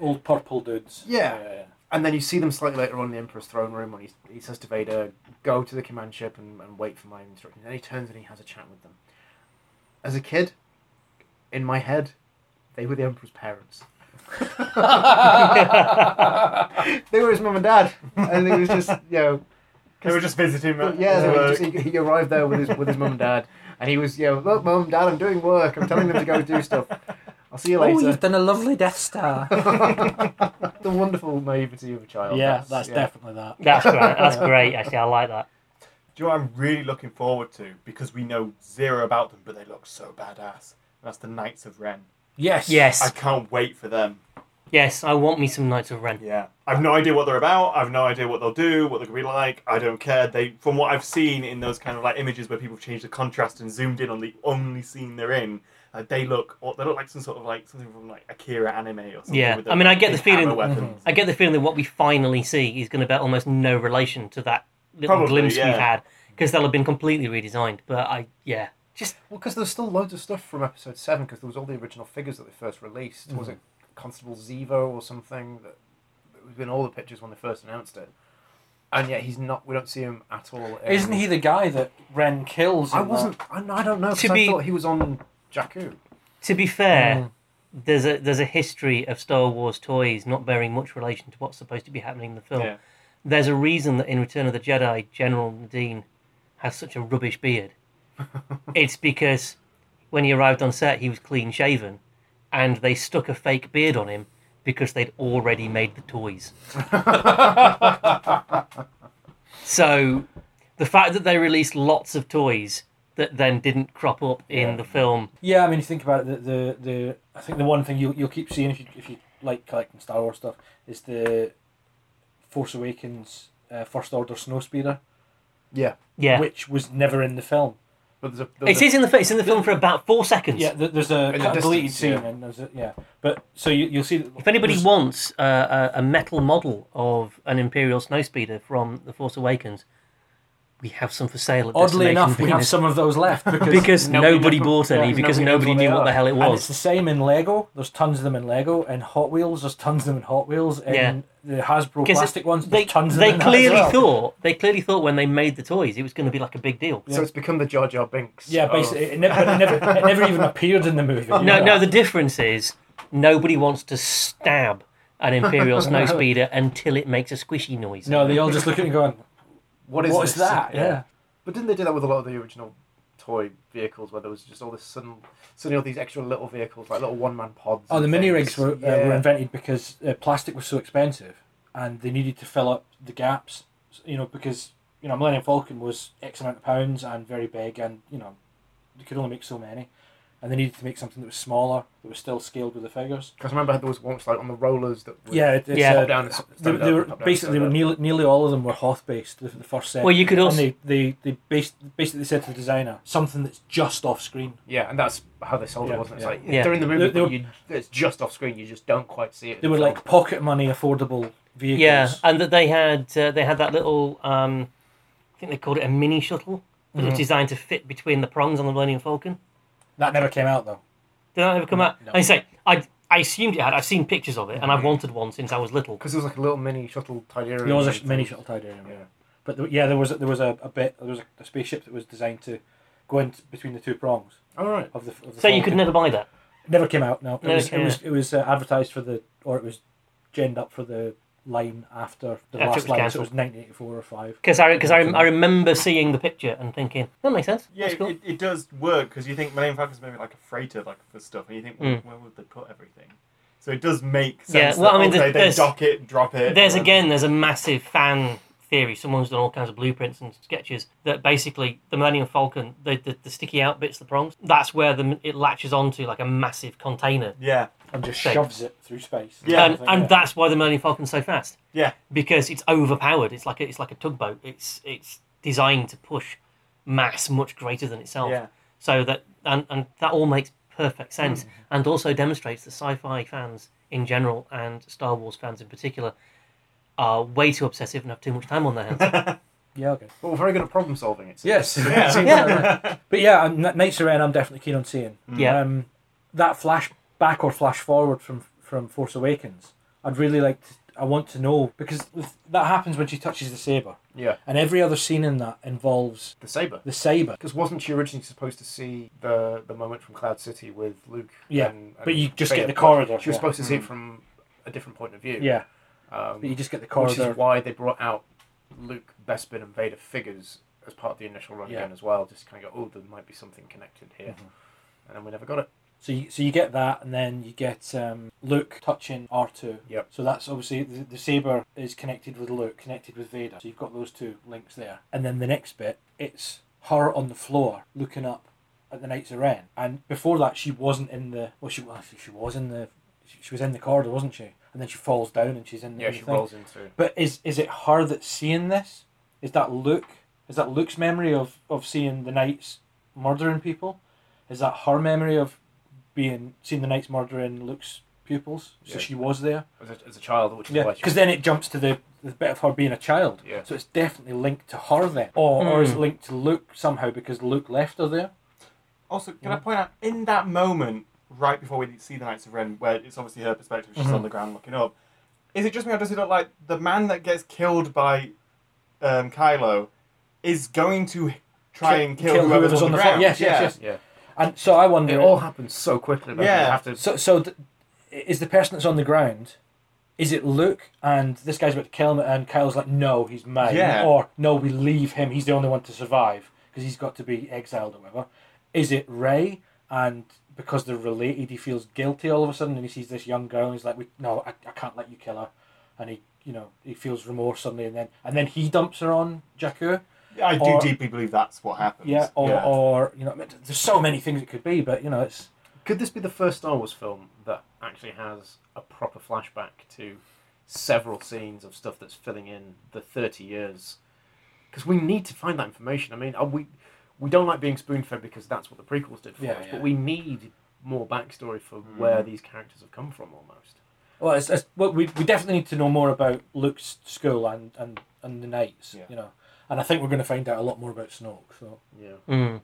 Old purple dudes. Yeah. And then you see them slightly later on in the Emperor's throne room when he, he says to Vader, go to the command ship and, and wait for my instructions. And he turns and he has a chat with them. As a kid, in my head, they were the Emperor's parents. they were his mum and dad. And it was just, you know, They were just visiting. but yeah, they were uh, just, he, he arrived there with his with his mum and dad, and he was, you know, look, mum, dad, I'm doing work. I'm telling them to go do stuff. I'll see you Oh, later. you've done a lovely Death Star. the wonderful naivety of a child. yeah, that's yeah. definitely that. That's great. That's great. Actually, I like that. Do you know what I'm really looking forward to? Because we know zero about them, but they look so badass. That's the Knights of Ren. Yes. I Yes, can't wait for them. yes. I want me some Knights of Ren. Yeah. I've no idea what they're about. I've no idea what they'll do, what they're going to be like. I don't care. They, From what I've seen in those kind of like images where people have changed the contrast and zoomed in on the only scene they're in, uh, they look or they look like some sort of like something from like Akira anime or something. Yeah. with their, I mean, I like, get the big feeling- hammer Weapons. I get the feeling that what we finally see is going to be almost no relation to that little Probably, glimpse yeah. we had because they'll have been completely redesigned. But I, yeah, just Well, because there's still loads of stuff from episode seven, because there was all the original figures that they first released. Mm. Was it Constable Zevo or something? That it was in all the pictures when they first announced it, and yet he's not. We don't see him at all. in- Isn't he the guy that Ren kills? I in that? wasn't. I, I don't know. 'cause To I be- thought he was on Jakku. to be Mm. fair, there's a there's a history of Star Wars toys not bearing much relation to what's supposed to be happening in the film. Yeah. There's a reason that in Return of the Jedi, General Nadine has such a rubbish beard. it's because when he arrived on set, he was clean shaven, and they stuck a fake beard on him because they'd already made the toys. so, the fact that they released lots of toys that then didn't crop up in the film Yeah, I mean, you think about it, the the, the I think the one thing you you'll keep seeing if you if you like collecting Star Wars stuff is the Force Awakens uh, First Order Snowspeeder, Yeah, Yeah, which was never in the film. but there's a. it There's is in the it's in the film for about four seconds. Yeah, th- there's a In the cut deleted distance, yeah. scene, and there's a, yeah, but so you you'll see. If anybody there's- wants uh, a, a metal model of an Imperial snowspeeder from The Force Awakens, we have some for sale at oddly Destination enough, we have Venus. some of those left because. because Nobody nobody, knows- bought any yeah, because nobody nobody, knows knew what what they the hell it and it's was. the same in Lego. There's tons of them in Lego and Hot Wheels. There's tons of them in Hot Wheels and Yeah. the Hasbro 'Cause it- plastic ones. they there's tons of they them in that as clearly well. thought they clearly thought when they made the toys it was going to be like a big deal. so it's become the Jar Jar Binks. Yeah, of- basically, it, never, but it never, it never even appeared in the movie. Oh. No, no. The difference is nobody wants to stab an Imperial snowspeeder until it makes a squishy noise. No, they all just look at me going, what is "What is this? that?" Yeah, But didn't they do that with a lot of the original toy vehicles where there was just all this sudden suddenly all these extra little vehicles like little one man pods? Oh, the and mini things. rigs were, uh, were invented because uh, plastic was so expensive, and they needed to fill up the gaps. s- You know, because you know Millennium Falcon was X amount of pounds and very big, and you know, they could only make so many, and they needed to make something that was smaller that was still scaled with the figures. Because I remember there was once like on the rollers that would Yeah, it, it's, Yeah. uh, pop down and s- they, stand they up, were pop down and basically they stand were up. nearly, nearly all of them were Hoth based the, the first set. Well, you could and also they they they based, basically said to the designer something that's just off screen. Yeah, and that's how they sold Yeah. it, wasn't it? It's Yeah. like Yeah. during the movie, They- they but you, it's just off screen. You just don't quite see it. They were like pocket money affordable vehicles. Yeah, and that they had uh, they had that little um, I think they called it a mini shuttle that Mm-hmm. was designed to fit between the prongs on the Millennium Falcon. That never came out though. Did that Mm-hmm. ever come out? I say I I assumed it had. I've seen pictures of it, and I've Mm-hmm. wanted one since I was little. because there was like a little mini shuttle Tidarium. There was and a mini things. shuttle Tidarium. Yeah. Yeah. But there, yeah, there was there was a, a bit there was a, a spaceship that was designed to going t- between the two prongs All right. of the. Of the So you form. could never buy that. Never came out. No, it Never was came it was, it was uh, advertised for the or it was ginned up for the line after After the it last was line. So cancelled. it was 1984 or five. Because I, cause I, rem- I remember seeing the picture and thinking, that makes sense. Yeah, That's it, cool. it, it does work because you think Millennium Falcon's maybe like a freighter, like for stuff, and you think, well, Mm. where would they put everything? So it does make sense. Yeah, well, I that, mean, okay, there's- they there's- dock it, drop it. There's and- again, there's a massive fan theory. Someone's done all kinds of blueprints and sketches that basically the Millennium Falcon, the, the, the sticky out bits, the prongs, that's where the, it latches onto like a massive container. Yeah, And just Same. shoves it through space. Yeah. and and that's why the Millennium Falcon's so fast. Yeah. Because it's overpowered. It's like a, it's like a tugboat. It's it's designed to push mass much greater than itself. yeah. So that and, and that all makes perfect sense Mm-hmm. and also demonstrates that sci-fi fans in general and Star Wars fans in particular are way too obsessive and have too much time on their hands. yeah, okay. Well, we're very good at problem solving. It's Yes. Yeah. But yeah, I'm, Knights of Ren, I'm definitely keen on seeing. Mm. Yeah. Um, that flash back or flash forward from from Force Awakens, I'd really like. To, I want to know because with- that happens when she touches the saber, yeah. and every other scene in that involves The saber. the saber. Because wasn't she originally supposed to see the the moment from Cloud City with Luke? Yeah, and- but you just Vader? get the corridor, She was yeah. Mm. supposed to see it from a different point of view. Yeah, Um, but you just get the Which corridor. is why they brought out Luke, Bespin, and Vader figures as part of the initial run Yeah. again as well. Just kind of go, oh, there might be something connected here, and then we never got it. So you, so you get that, and then you get um, Luke touching R two. Yep. So that's obviously the, the saber is connected with Luke, connected with Vader. So you've got those two links there, and then the next bit it's her on the floor looking up at the Knights of Ren, and before that she wasn't in the well she well, she was in the she, she was in the corridor wasn't she? And then she falls down and she's in the, Yeah, in the she thing. rolls into. But is is it her that's seeing this? Is that Luke? Is that Luke's memory of of seeing the knights murdering people? Is that her memory of being seeing the knights murdering Luke's pupils? So Yeah. she was there. As a, as a child, which is Yeah, why she because then it jumps to the, the bit of her being a child. Yeah. So it's definitely linked to her then, or or is it Hmm. linked to Luke somehow because Luke left her there. Also, can I point out in that moment, right before we see the Knights of Ren, where it's obviously her perspective, she's Mm-hmm. on the ground looking up. Is it just me or does it look like the man that gets killed by um, Kylo is going to try and kill, whoever's, on the, floor. ground? Yes, yes, yes. Yeah. And so I wonder. It all happens so quickly. Though, Yeah. You have to. So, so th- is the person that's on the ground? Is it Luke and this guy's about to kill him, and Kyle's like, "No, he's mine," Yeah. or "No, we leave him. He's the only one to survive because he's got to be exiled or whatever." Is it Ray and because they're related, he feels guilty all of a sudden, and he sees this young girl, and he's like, we, "No, I, I can't let you kill her," and he, you know, he feels remorse suddenly, and then and then he dumps her on Jakku. I do Or- deeply believe that's what happens. Yeah, or or you know, there's so many things it could be, but you know, it's Could this be the first Star Wars film that actually has a proper flashback to several scenes of stuff that's filling in the 30 years? Because we need to find that information. I mean, are we we don't like being spoon fed because that's what the prequels did for Yeah, us, yeah. Mm. but we need more backstory for where these characters have come from almost. Well, it's, it's, well we, we definitely need to know more about Luke's school and, and, and the Knights, Yeah. you know. And I think we're going to find out a lot more about Snoke. So, Yeah. Mm.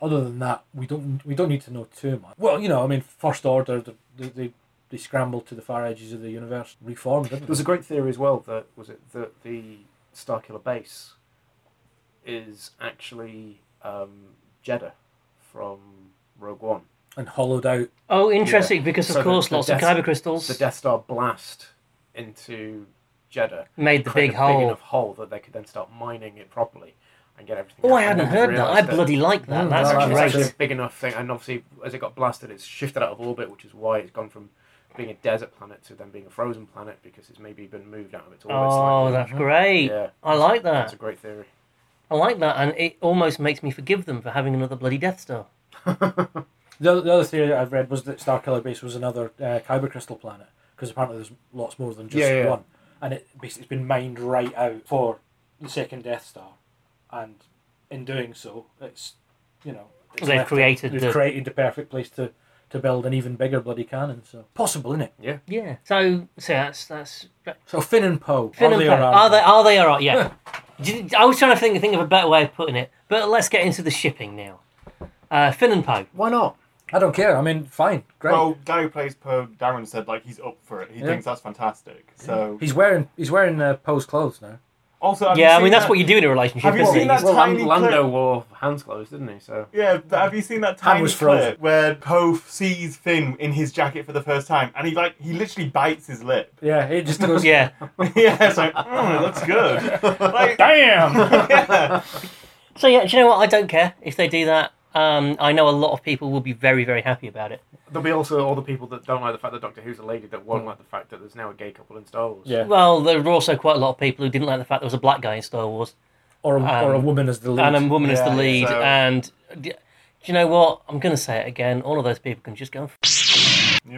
other than that, we don't we don't need to know too much. Well, you know, I mean, First Order, they, they, they, they scrambled to the far edges of the universe, reformed, didn't There was they? a great theory as well that was it that the Starkiller base is actually um, Jeddah from Rogue One. And hollowed out. Oh, interesting, because of So the- course the lots death- of kyber crystals the Death Star blast into Jeddah. made the created big a big hole. enough hole that they could then start mining it properly and get everything. Oh, out. I And hadn't then heard that. I realised bloody like that. That's Mm, no, It's that's great. actually a big enough thing, and obviously, as it got blasted, it's shifted out of orbit, which is why it's gone from being a desert planet to then being a frozen planet because it's maybe been moved out of its orbit. Oh, slightly. that's great. Yeah. I like That's that. a great theory. I like that, and it almost makes me forgive them for having another bloody Death Star. The, other- the other theory that I've read was that Starkiller Base was another uh, Kyber crystal planet, because apparently there's lots more than just Yeah, yeah. one. And it basically has been mined right out for the second Death Star. And in doing so, it's, you know, it's They've left- created they've the- created the perfect place to, to build an even bigger bloody cannon. So possible, isn't it? Yeah. So, so that's that's So Finn and Poe, Finn are and they Poe. around? Are they? Are they all right? Yeah. Do- I was trying to think think of a better way of putting it, but let's get into the shipping now. Uh, Finn and Poe. Why not? I don't care. I mean, fine, great. Well, Guy who plays Poe, Darren said like he's up for it. He Yeah. thinks that's fantastic. So he's wearing he's wearing uh, Poe's clothes now. Also, have yeah, you I mean seen that's that- what you do in a relationship. Have you isn't seen it? that Well, tiny Lan- Lando clip? wore hands closed, didn't he? So Yeah, th- have you seen that Hand tiny was frozen. clip where Poe sees Finn in his jacket for the first time, and he like he literally bites his lip. Yeah, it just goes. Yeah, yeah, it's like, mm, it looks good. Like, Damn. yeah. So yeah, do you know what? I don't care if they do that. Um, I know a lot of people will be very, very happy about it. there'll be also all the people that don't like the fact that Doctor Who's a lady that won't like the fact that there's now a gay couple in Star Wars. Yeah. Well, there were also quite a lot of people who didn't like the fact there was a black guy in Star Wars Or a, or a Um, woman as the lead. and a woman as the Yeah, lead. so- And d- do you know what? I'm going to say it again. All of those people can just go. and F-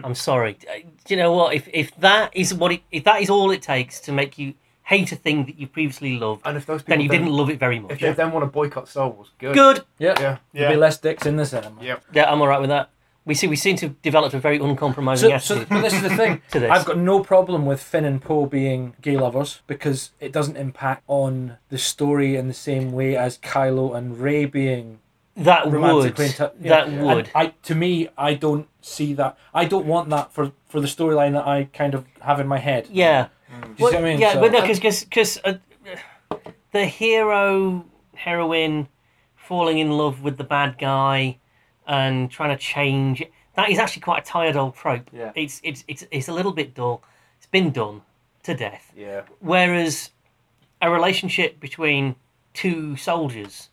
I'm sorry. Uh, Do you know what? If if that is what it, if that is all it takes to make you hate a thing that you previously loved, And if those people then you then- didn't love it very if much. they then want to boycott Star Wars, good. Good. Yeah. Yeah. There'll be less dicks in the cinema. Yeah. Yeah, I'm all right with that. We see we seem to have developed a very uncompromising So, so attitude. but this is the thing. To this. I've got no problem with Finn and Poe being gay lovers because it doesn't impact on the story in the same way as Kylo and Ray being that would. romantically. inter- yeah. That And would. I to me, I don't see that. I don't want that for for the storyline that I kind of have in my head. Yeah. Do you see what I mean? Yeah, So- but no, because because uh, the hero heroine falling in love with the bad guy and trying to change that is actually quite a tired old trope. Yeah. It's it's it's it's a little bit dull. It's been done to death. Yeah. Whereas a relationship between two soldiers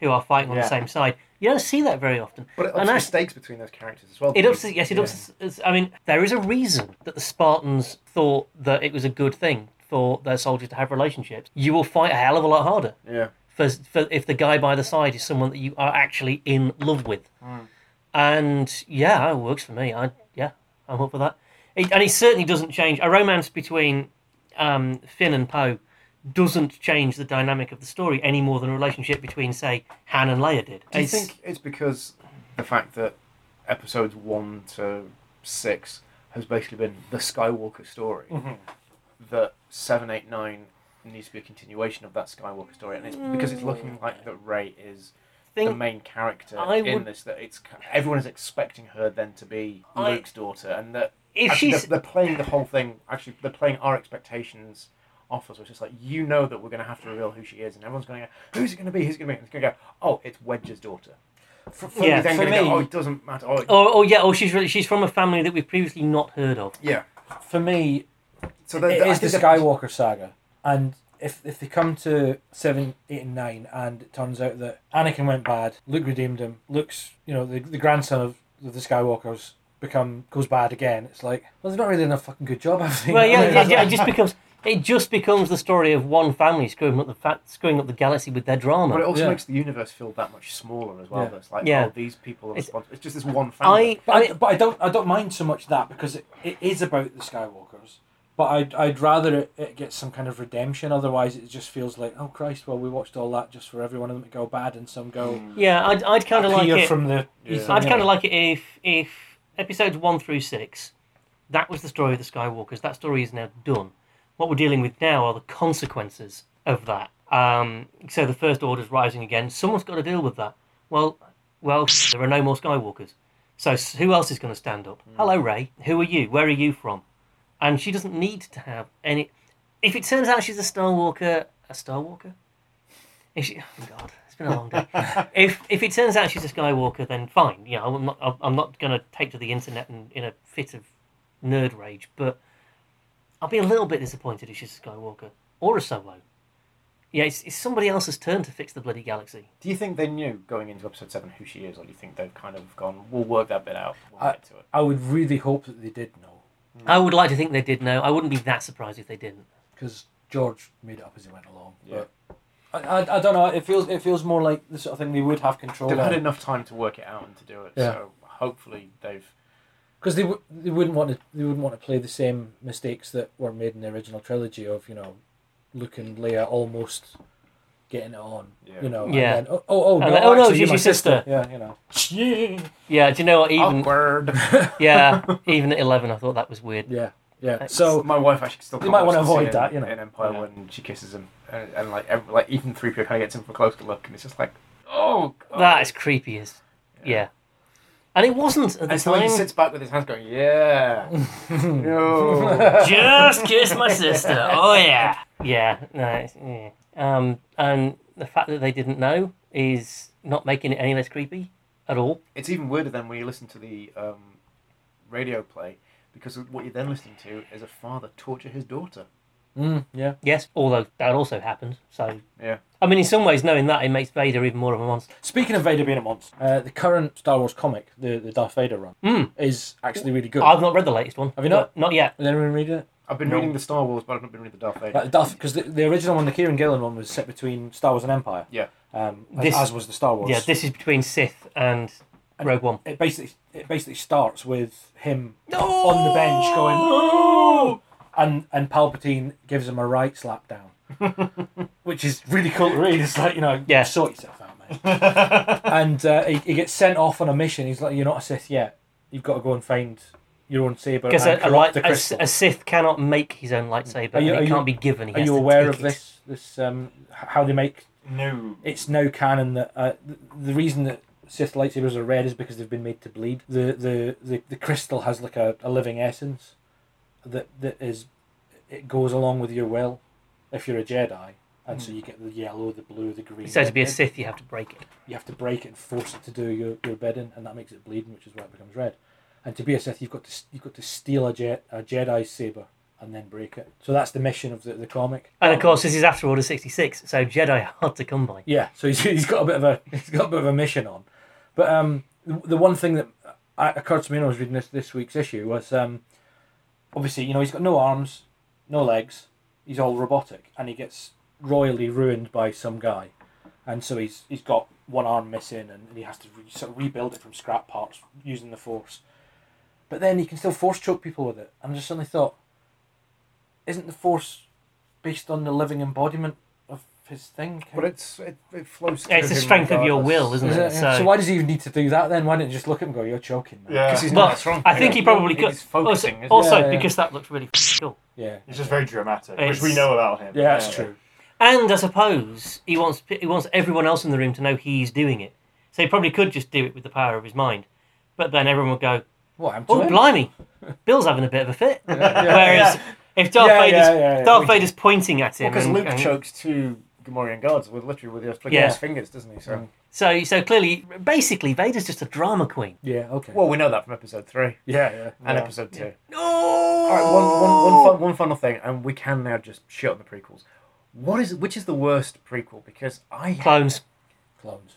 who are fighting on Yeah. the same side, you don't see that very often. But it And ups the I- stakes between those characters as well. It because- ups, yes, it yeah. ups. it's- I mean, there is a reason that the Spartans thought that it was a good thing for their soldiers to have relationships. You will fight a hell of a lot harder Yeah. for, for if the guy by the side is someone that you are actually in love with. Hmm. And yeah, it works for me. I yeah, I'm up for that. It, and it certainly doesn't change a romance between um, Finn and Poe doesn't change the dynamic of the story any more than a relationship between say Han and Leia did. Do you It's- think it's because the fact that episodes one to six has basically been the Skywalker story, Mm-hmm. that seven, eight, nine needs to be a continuation of that Skywalker story, and it's because it's looking like that Ray is the Mm. Think- main character I in would- this. That it's everyone is expecting her then to be I- Luke's daughter, and that if actually she's they're, they're playing the whole thing. Actually, they're playing our expectations off us. Which is like you know that we're going to have to reveal who she is, and everyone's going to go, "Who's it going to be? Who's it going to be?" And it's going to go, "Oh, it's Wedge's daughter." For, for, Yeah, you're then for gonna go, me- oh, it doesn't matter. Oh, it- Or, or yeah, or she's really she's from a family that we've previously not heard of. yeah. For me, So it is the I think Skywalker saga, and if if they come to seven, eight, and nine, and it turns out that Anakin went bad, Luke redeemed him, Luke's you know the, the grandson of, of the Skywalkers become goes bad again. It's like well, they've not really done a fucking good job. Have they? Well, yeah, I mean, yeah, yeah, it just becomes it just becomes the story of one family screwing up the fa- screwing up the galaxy with their But it drama. also Yeah. makes the universe feel that much smaller as well. Yeah. that It's like, Yeah. oh, these people are It's- responsible. It's just this one I, family. But I I, but I don't I don't mind so much that because it, it is about the Skywalkers. But I'd, I'd rather it, it gets some kind of redemption. Otherwise, it just feels like oh Christ, well we watched all that just for every one of them to go bad and some go yeah, I'd, I'd kind of like appear it. from the. Yeah. I'd kind of like it if if episodes one through six, that was the story of the Skywalkers. That story is now done. What we're dealing with now are the consequences of that. Um, so the First Order's rising again. Someone's got to deal with that. Well, well, there are no more Skywalkers. So s- who else is going to stand up? Hello, Ray. Who are you? Where are you from? And she doesn't need to have any. If it turns out she's a Star Walker, a Star Walker. If she, oh God, it's been a long day. if if it turns out she's a Skywalker, then fine. You know, I'm not I'm- I'm not going to take to the internet in, in a fit of nerd rage, but I'll be a little bit disappointed if she's a Skywalker or a Solo. Yeah, it's, it's somebody else's turn to fix the bloody galaxy. do you think they knew going into episode seven who she is, or do you think they've kind of gone, "We'll work that bit out when we I- get to it"? I would really hope that they did know I would like to think they did know. I wouldn't be that surprised if they didn't. because George made it up as he went along. Yeah. But I, I, I don't know. It feels it feels more like the sort of thing they would have control They've had over enough time to work it out and to do it. Yeah. So hopefully they've because they w- they wouldn't want to they wouldn't want to play the same mistakes that were made in the original trilogy of you know Luke and Leia almost getting it on. Yeah. You know. Yeah. And then, oh oh, oh, And no, then, oh, no, actually, she's you're my your sister. Yeah. You know. Yeah, do you know what? Even awkward. yeah, even at eleven, I thought that was weird. Yeah. Yeah. It's So my wife actually still. You can't might watch wanna the scene avoid in- that, you know. In Empire Yeah. when she kisses him, and, and like every, like even three PO kind of gets in for a closer look, and it's just like, oh, God. That is creepy as yeah. And it wasn't at the And so time. he sits back with his hands going, yeah, no, Just kiss my sister. Oh yeah. Yeah, no, it's, yeah. Um, and the fact that they didn't know is not making it any less creepy at all. It's even weirder than when you listen to the um, radio play because what you're then listening to is a father torture his daughter. Mm, yeah. Yes, although that also happened. So Yeah. I mean, in some ways, knowing that it makes Vader even more of a monster. Speaking of Vader being a monster, uh, the current Star Wars comic, the, the Darth Vader run, Mm. is actually really good. I've not read the latest one. Have you not? Not yet. Did anyone read it? I've been reading the Star Wars, but I've not been reading the Darth Vader. Like Darth, because the, the original one, the Kieran Gillen one, was set between Star Wars and Empire. Yeah. Um, as- This- as was the Star Wars. Yeah, this is between Sith and Rogue One. it basically it basically starts with him on the bench going "No!" and and Palpatine gives him a right slap down, which is really cool to read. It's like you know, Yeah. sort yourself out, mate. and uh, he, he gets sent off on a mission. He's like, you're not a Sith yet. You've got to go and find your own saber and Because a, a, corrupt light- the a, crystal. a Sith cannot make his own lightsaber. Are you- and are it you- can't be given. He Are has you to aware take of it. this? This um, h- how they make No. it's no canon that uh, th- the reason that Sith lightsabers are red is because they've been made to bleed. The the, the, the crystal has like a, a living essence that that is it goes along with your will if you're a Jedi, and so you get the yellow, the blue, the green. So to Hmm. be a It- Sith, you have to break it. you have to break it and force it to do your, your bidding, and that makes it bleeding, which is why it becomes red. And to be a Sith, you've got to s- you've got to steal a, Je- a Jedi saber and then break it. So that's the mission of the, the comic. And of course, this is after Order sixty six, so Jedi are hard to come by. Yeah, so he's, he's got a bit of a he's got a bit of a mission on, but um, the, the one thing that I, occurred to me when I was reading this this week's issue was um, obviously you know he's got no arms, no legs, he's all robotic, and he gets royally ruined by some guy, and so he's he's got one arm missing, and he has to re, sort of rebuild it from scrap parts using the force, but then he can still force choke people with it. And I just suddenly thought, isn't the force based on the living embodiment of his thing? But it's it, it flows. Yeah, it's the strength of your will, isn't Is it? it? Yeah. So, So- why does he even need to do that then? Why didn't you just look at him and go, "You're choking, man"? Yeah. Because he's Well, not strong. I think he probably could. He's focusing. also, isn't he? also Yeah, yeah. because that looks really f- cool. Yeah, It's just very dramatic, It's- which we know about him. yeah, that's true. And I suppose he wants he wants everyone else in the room to know he's doing it. So he probably could just do it with the power of his mind. But then everyone would go, What happened to "Oh, him? blimey, Bill's having a bit of a fit." yeah, Whereas if Darth Yeah, Vader's yeah, yeah, yeah. Darth Vader's pointing at him, Because and- Luke and- chokes two Gamorrean guards with literally with his, flicking Yeah. his fingers, doesn't he? So so so clearly, basically, Vader's just a drama queen. Yeah, okay. well, we know that from episode three yeah, yeah. and episode two. No. All right, one, Oh. one, one, fin- one final thing, and we can now just shut on the prequels. What is which is the worst prequel? Because I Clones. Clones.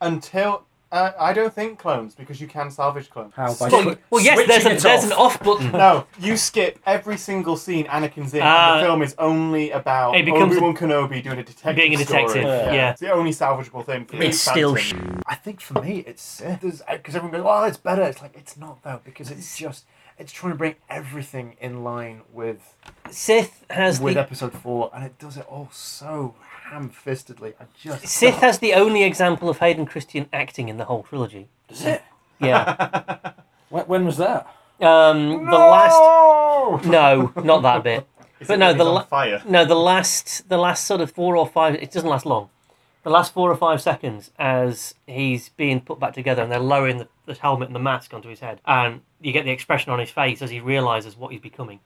Until uh, I don't think clones because you can salvage clones. How by Well, swi- well, yes, there's, switching a, it there's off. an off button. No, you skip every single scene Anakin's in, Ah. and the film is only about It becomes- Obi-Wan Kenobi doing a detective Being a detective, story. yeah. It's the only salvageable thing for me. It's still Phantom. I think for me it's Sith because everyone goes, "Oh, it's better." It's like it's not though because it's just it's trying to bring everything in line with Sith has with the episode four, and it does it all so ham-fistedly. I just Sith has the only example of Hayden Christian acting in the whole trilogy. Does it? Yeah. When, when was that? Um, the last. No, not that bit. Is But it no, when the he's on la- fire. No, the last the last sort of four or five. It doesn't last long. The last four or five seconds as he's being put back together and they're lowering the, the helmet and the mask onto his head, and you get the expression on his face as he realizes what he's becoming,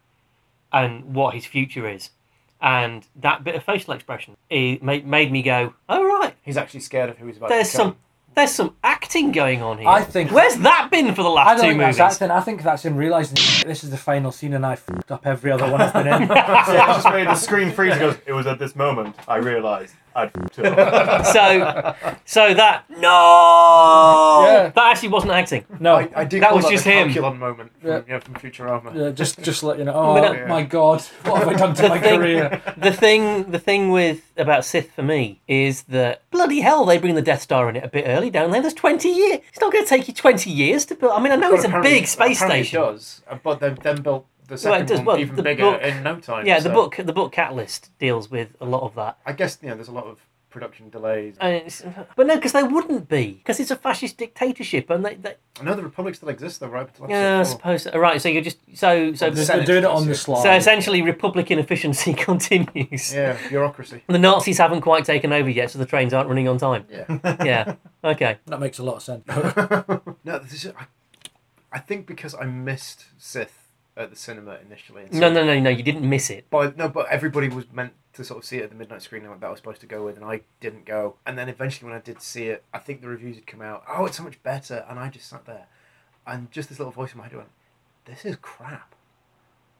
and what his future is, and that bit of facial expression it made made me go, "Oh right, he's actually scared of who he's about. there's to become. some." There's some acting going on here. I think- Where's that been for the I last don't two think movies? that's acting. I think that's him realizing this is the final scene, and I fucked up every other one I've been in. Yeah, it's just made the screen freeze. and goes. It was at this moment I realised I'd f***ed up. So, so that no, Yeah. that actually wasn't acting. no, I, I do That call was the just him. Calculon moment from, Yeah. you know, from Futurama. yeah, uh, just just let you know. Oh But, uh, my god, what have I done to The my thing- career? the thing the thing with about Sith for me is that bloody hell they bring the Death Star in it a bit early, don't they? There's twenty years. It's not going to take you twenty years to build. I mean, I know But it's a apparently- big space apparently it station. does, uh, but they've then built the second Well, it does- one well, even the bigger book- in no time. Yeah, the so book the book Catalyst deals with a lot of that. I guess you know there's a lot of production delays. And it's- but no, because they wouldn't be because it's a fascist dictatorship, and they, they I know the Republic still exists though, right? up until yeah, I episode four. suppose right. So you're just so so. They're, Senate they're doing it on the does it. slide. So essentially, Republican efficiency continues. Um, Yeah, bureaucracy. The Nazis haven't quite taken over yet, so the trains aren't running on time. Yeah. Yeah. Okay. that makes a lot of sense. No, this is, I, I think because I missed Sith at the cinema initially. And No, no, no, no. You didn't miss it. But no, but everybody was meant to sort of see it at the midnight screening that I was supposed to go with, and I didn't go. And then eventually, when I did see it, I think the reviews had come out. Oh, it's so much better, and I just sat there, and just this little voice in my head went, "This is crap,"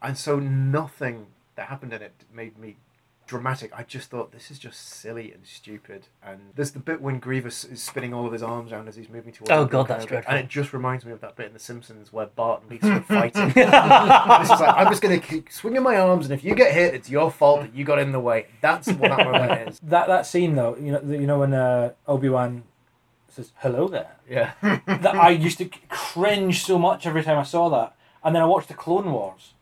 and so nothing that happened in it made me dramatic. I just thought this is just silly and stupid. And there's the bit when Grievous is spinning all of his arms around as he's moving towards. Oh, Uncle God, that's Kenobi. dreadful. And it just reminds me of that bit in The Simpsons where Bart and Lisa are fighting. It's just like, I'm just going to keep swinging my arms, and if you get hit, it's your fault that you got in the way. That's what that moment is. That that scene though, you know, the, you know when uh, Obi Wan says hello there. Yeah. Hmm. That I used to c- cringe so much every time I saw that, and then I watched the Clone Wars.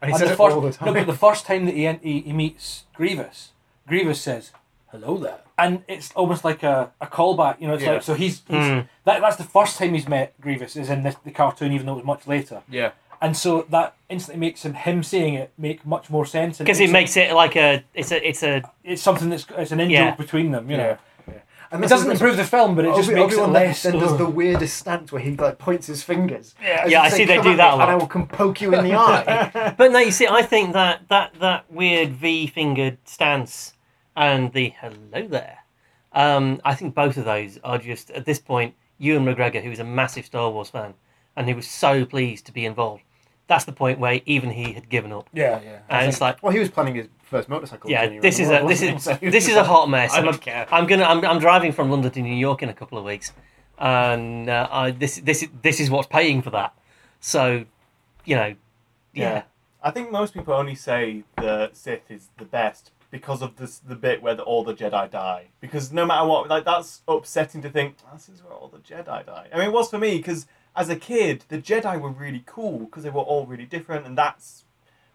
And he and says the it first, all the No, time. but the first time that he, en- he he meets Grievous, Grievous says hello there, and it's almost like a, a callback. You know, it's Yeah. like so he's, he's Hmm. that that's the first time he's met Grievous is in this, the cartoon, even though it was much later. Yeah. And so that instantly makes him him saying it make much more sense and Because it makes it like a it's a it's a it's something that's it's an in joke Yeah. between them. You know. Yeah. And It that's- doesn't improve the film, but it just Obi- makes it Obi-Wan less. Then, then does ugh. the weirdest stance where he like points his fingers. Yeah, Yeah, I see they do that a lot." And I will can poke you in the eye. But no, you see, I think that that that weird V-fingered stance and the hello there, um, I think both of those are just at this point. Ewan McGregor, who is a massive Star Wars fan, and he was so pleased to be involved. That's the point where even he had given up, yeah, yeah. and it's like, well, he was planning his first motorcycle. yeah, journey this is around a the this world, is wasn't he? So he this was is a like, hot mess. I I'm, don't care. I'm gonna I'm, I'm driving from London to New York in a couple of weeks, and uh, I, this this is this is what's paying for that. So, you know, yeah, I think most people only say the Sith is the best because of this the bit where the, all the Jedi die. Because no matter what, like that's upsetting to think this is where all the Jedi die. I mean, it was for me because as a kid, the Jedi were really cool because they were all really different, and that's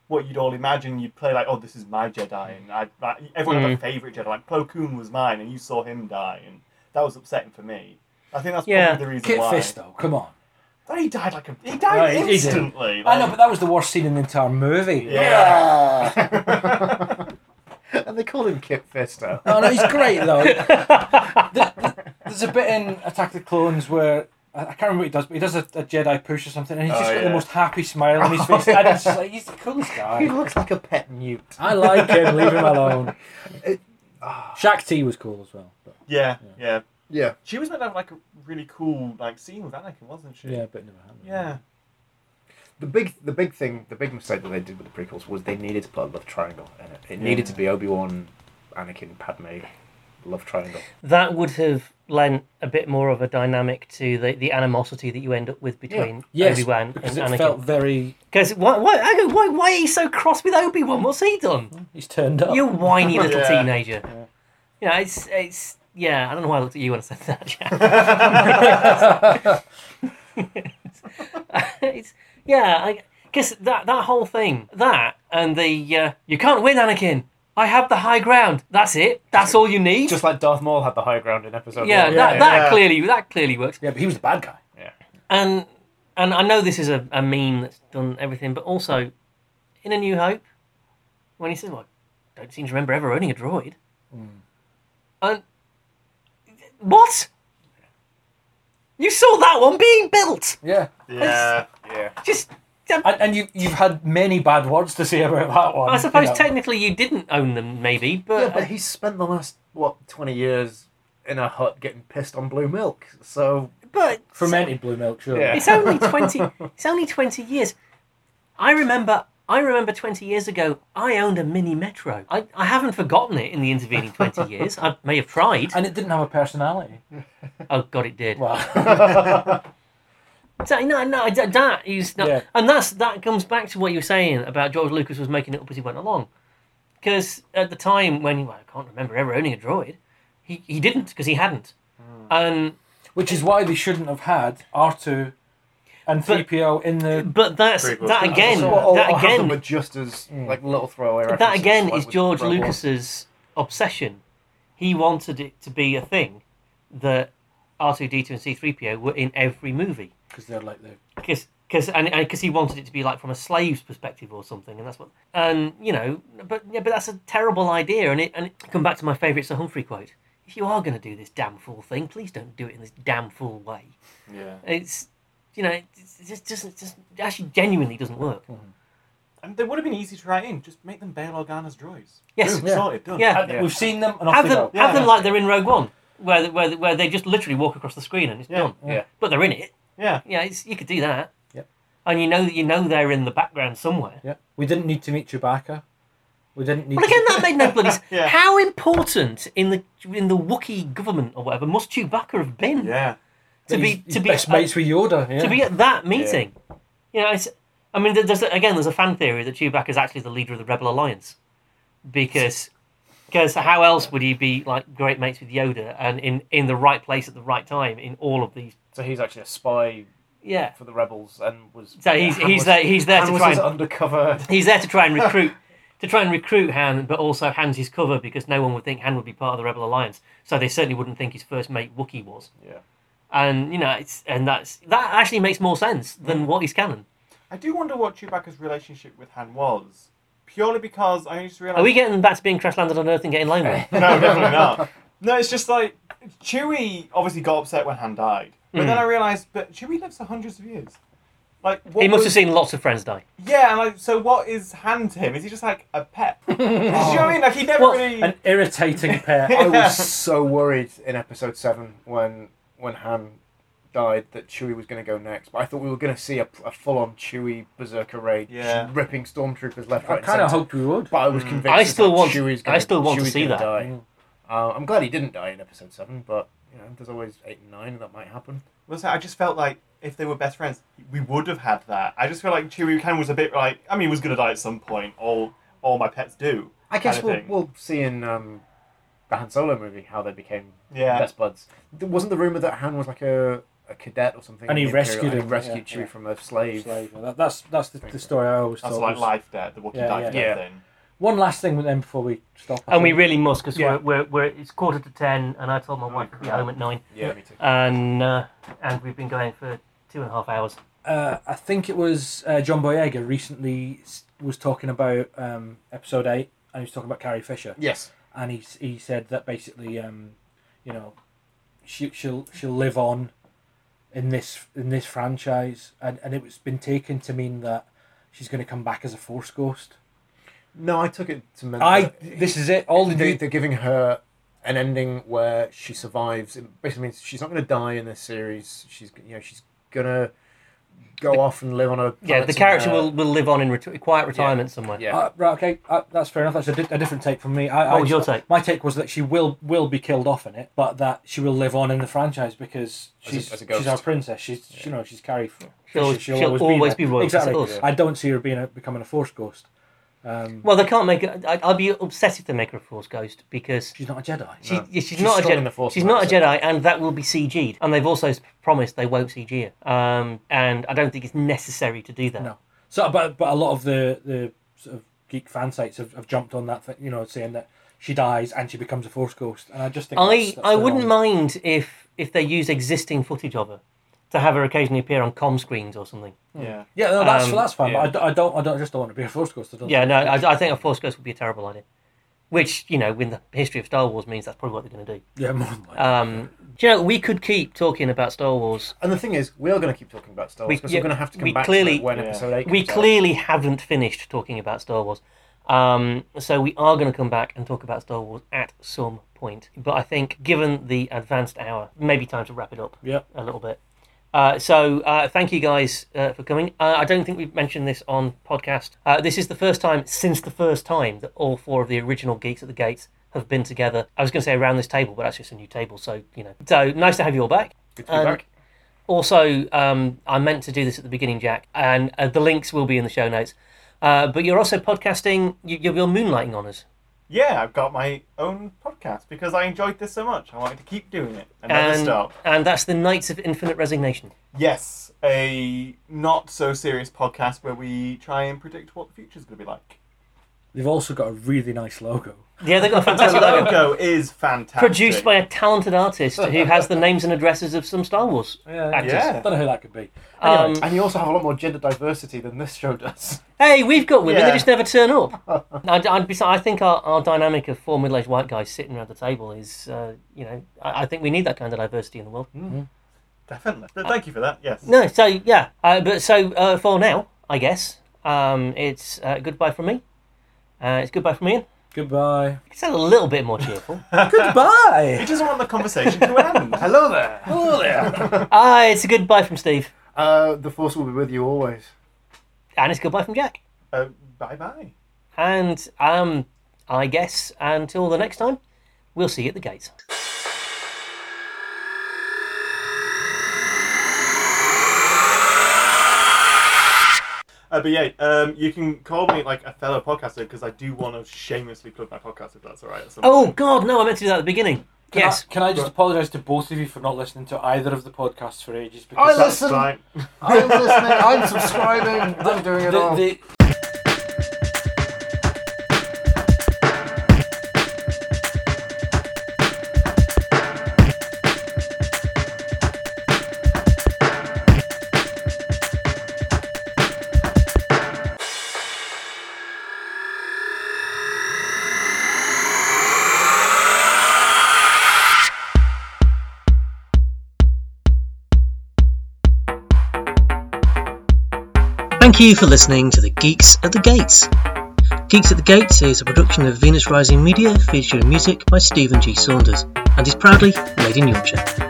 what you'd all imagine. You'd play like, oh, this is my Jedi, and I, like, everyone had a favorite Jedi. Like Plo Koon was mine, and you saw him die, and that was upsetting for me. I think that's probably Yeah. the reason Kit why. Fisto, come on. But he died like a he died Right, he did. instantly. I like- know, but that was the worst scene in the entire movie. yeah. and they called him Kit Fisto. Oh no, he's great though. There- There's a bit in Attack of the Clones where I I can't remember what he does, but he does a, a Jedi push or something, and he's just Oh, got the yeah. most happy smile on his face, and it's just like he's the coolest he guy. looks like a pet newt. I like him. Leave him alone. Shaq T was cool as well. But Yeah, yeah. Yeah. She was meant to have like a really cool like scene with Anakin, wasn't she? yeah, but never happened. Yeah. The big, the big thing, the big mistake that they did with the prequels was they needed to put a love triangle in it. It needed to be Obi Wan, Anakin, Padme, love triangle. that would have lent a bit more of a dynamic to the, the animosity that you end up with between Yes, Obi-Wan and because it felt Anakin. very. Because why, why, hang on, why, why are you so cross with Obi-Wan? What's he done? He's turned up. You whiny little Yeah. teenager. You know, it's, it's, yeah, I don't know why I looked at you when I said that, Jack. it's, yeah, I guess that, that whole thing, that and the, uh, you can't win, Anakin. I have the high ground. That's it. That's all you need. Just like Darth Maul had the high ground in episode yeah, one. that, that yeah. clearly that clearly works. Yeah, but he was the bad guy. And and I know this is a, a meme that's done everything, but also in A New Hope, when he says, Well, I don't seem to remember ever owning a droid. And what? You saw that one being built. Yeah, Yeah. Yeah. Just and, and you you've had many bad words to say about that one. I suppose you know. technically you didn't own them, maybe, but, Yeah, but he's spent the last what twenty years in a hut getting pissed on blue milk. So but fermented blue milk. Sure. Yeah. It's only twenty. it's only twenty years. I remember. I remember twenty years ago. I owned a mini metro. I, I haven't forgotten it in the intervening twenty years. I may have tried. And it didn't have a personality. Oh God, it did. Well, So, no, no, th- that is not, Yeah. and that's that comes back to what you were saying about George Lucas was making it up as he went along, because at the time when well, I can't remember ever owning a droid, he he didn't because he hadn't, Hmm. and which is why they shouldn't have had R two and three PO in the. but that's Prequel. that again so all, that all of them again Mm. were just as like little throwaway. that references, again like is with George Rogue One. Lucas's obsession. He wanted it to be a thing that R two D two and C three PO were in every movie Because they're like the. because because and because he wanted it to be like from a slave's perspective or something, and that's what and you know, but yeah, but that's a terrible idea. And it and it, come back to my favourite Sir Humphrey quote: "If you are going to do this damn fool thing, please don't do it in this damn fool way." Yeah. It's you know, it just doesn't, just actually genuinely doesn't work. And they would have been easy to write in. Just make them Bail Organa's droids. Yes. Boom, Sorted. Done. Yeah. And We've seen them and off Have they them, go. Yeah. have them like they're in Rogue One, where the, where the, where they just literally walk across the screen and it's Yeah, done. yeah. But they're in it. Yeah. Yeah, it's, you could do that. Yep. And you know you know they're in the background somewhere. Yeah. We didn't need to meet Chewbacca. We didn't need. Well, again, to... that made no bloody. s- Yeah. How important in the in the Wookiee government or whatever must Chewbacca have been Yeah. to be He's- he's to be best mates with Yoda. Yeah. to be at that meeting? You know, it's. I mean, there- there's a- again, there's a fan theory that Chewbacca is actually the leader of the Rebel Alliance, because because how else would he be like great mates with Yoda and in in the right place at the right time in all of these? So he's actually a spy Yeah. for the rebels and was. So he's Han he's was- there he's there Han to was try his and undercover. He's there to try and recruit to try and recruit Han, but also Han's his cover because no one would think Han would be part of the Rebel Alliance, so they certainly wouldn't think his first mate Wookiee was. Yeah. And you know, it's and that's that actually makes more sense than what is canon. I do wonder what Chewbacca's relationship with Han was. Purely because I just realised. Are we getting back to being crash landed on Earth and getting lonely? No, definitely not. No, it's just like Chewie obviously got upset when Han died, but Hmm. then I realised, but Chewie lives for hundreds of years. Like what he must have was- seen lots of friends die. Yeah, and like, so what is Han to him? Is he just like a pet? Do you know what I mean? Like he never Well, really. an irritating pair. Yeah. I was so worried in episode seven when when Han died that Chewie was going to go next, but I thought we were going to see a, a full on Chewie berserker raid, Yeah. just ripping stormtroopers left, I right, and kind of centre. hoped we would. But I was convinced. Hmm. I that still want- Chewie's I gonna, still want to Chewie's see gonna that. Die. Uh, I'm glad he didn't die in episode seven, but you know, there's always eight and nine that might happen. Well, so I just felt like if they were best friends, we would have had that. I just feel like Chewie kind of was a bit like I mean, he was gonna die at some point. All all my pets do. I guess kind of we'll, thing. we'll see in um, the Han Solo movie how they became Yeah. best buds. There wasn't the rumor that Han was like a, a cadet or something, And in he the Imperial- rescued and him, He rescued yeah, Chewie yeah. from a slave. Slave. That- that's that's the, the story I always That's thought. like was- life dead, the Wookiee Yeah, life yeah. dead Yeah. thing. One last thing with them before we stop. I And we think. really must because Yeah. we're, we're, we're it's quarter to ten, and I told my wife to be crap. home at nine, Yeah, me too. and uh, and we've been going for two and a half hours. uh, I think it was uh, John Boyega recently s- was talking about um, episode eight, and he was talking about Carrie Fisher, Yes. and he s- he said that basically, um, you know, she she'll she'll live on in this in this franchise, and and it was been taken to mean that she's going to come back as a Force ghost. No, I took it to mean I that this is it. All the they, new they're giving her an ending where she survives. It basically means she's not going to die in this series. She's you know she's gonna go off and live on a Yeah, planet the character somewhere. will, will live on in reti- quiet retirement somewhere. yeah. Uh, right, okay, uh, that's fair enough. That's a, di- a different take from me. I, What I was your take? My take was that she will will be killed off in it, but that she will live on in the franchise because As a- she's as a ghost. she's our princess. She's you know she's Carrie. Fisher. She'll always- she'll always be there. royal, Exactly. of course. I don't see her being a, becoming a force ghost. Um, Well, they can't make. it- I, I'll be upset if they make her a Force ghost because she's not a Jedi. she, yeah, she's, She's not a strong Jedi. in the Force, she's and not a that's it. Jedi, and that will be CG'd. And they've also s- promised they won't CG her. Um, and I don't think it's necessary to do that. No. So, but but a lot of the the sort of geek fan sites have, have jumped on that thing, you know, saying that she dies and she becomes a force ghost, and I just think I that's- that's I the wouldn't wrong- mind if if they used existing footage of her to have her occasionally appear on com screens or something. Yeah. Yeah, no, that's Um, that's fine. yeah. But I d- I, don't I don't I just don't want to be a force ghost. I don't Yeah, no, I, I think a Force ghost would be a terrible idea. Which you know, in the history of Star Wars, means that's probably what they're going to do. yeah, more than likely. Um, do you know, we could keep talking about Star Wars And the thing is, we are going to keep talking about Star We- Wars because yeah, we're going to have to come we back clearly- to it when Yeah. episode eight. we comes out. clearly haven't finished talking about Star Wars. Um, so we are going to come back and talk about Star Wars at some point. But I think, given the advanced hour, maybe time to wrap it up Yeah. a little bit. Uh, so uh, thank you guys uh, for coming. Uh, I don't think we've mentioned this on podcast. Uh, this is the first time since the first time that all four of the original geeks at the gates have been together. I was going to say around this table, but that's just a new table. So you know, so nice to have you all back. Good to be Um, back. Also, um, I meant to do this at the beginning, Jack, and uh, the links will be in the show notes. Uh, but you're also podcasting. You, you're you're moonlighting on us. Yeah, I've got my own podcast because I enjoyed this so much. I wanted to keep doing it and never and, stop. and that's the Knights of Infinite Resignation. Yes, a not so serious podcast where we try and predict what the future's going to be like. They've also got a really nice logo. Yeah, they've got a The fantastic logo. logo is fantastic. Produced by a talented artist who has the names and addresses of some Star Wars actors. Yeah. Don't know who that could be. Um, And you also have a lot more gender diversity than this show does. hey, we've got women, they Yeah. just never turn up. I'd, I'd be, I think our, our dynamic of four middle aged Hmm. white guys sitting around the table is, uh, you know, I, I think we need that kind of diversity in the world. Definitely. Th- Thank you for that. Yes. No, so yeah, uh, but so uh, for now, I guess um, it's uh, goodbye from me. Uh, it's goodbye from Ian. Goodbye. It sounds a little bit more cheerful. He Goodbye. doesn't want the conversation to end. Hello there. Hello there. Ah, it's a goodbye from Steve, Uh, the force will be with you always. and it's goodbye from Jack, Uh, bye bye. and um, I guess until the next time, we'll see you at the gates. Uh, but yeah, um, you can call me like a fellow podcaster because I do want to shamelessly plug my podcast if that's all right. at some Oh point. God, no! I meant to do that at the beginning. Can yes. I, can I just apologise to both of you for not listening to either of the podcasts for ages? I Because That's listen. fine. I'm listening. I'm subscribing. I'm doing it all. the, Thank you for listening to the Geeks at the Gates. Geeks at the Gates is a production of Venus Rising Media featuring music by Stephen G. Saunders and is proudly made in Yorkshire.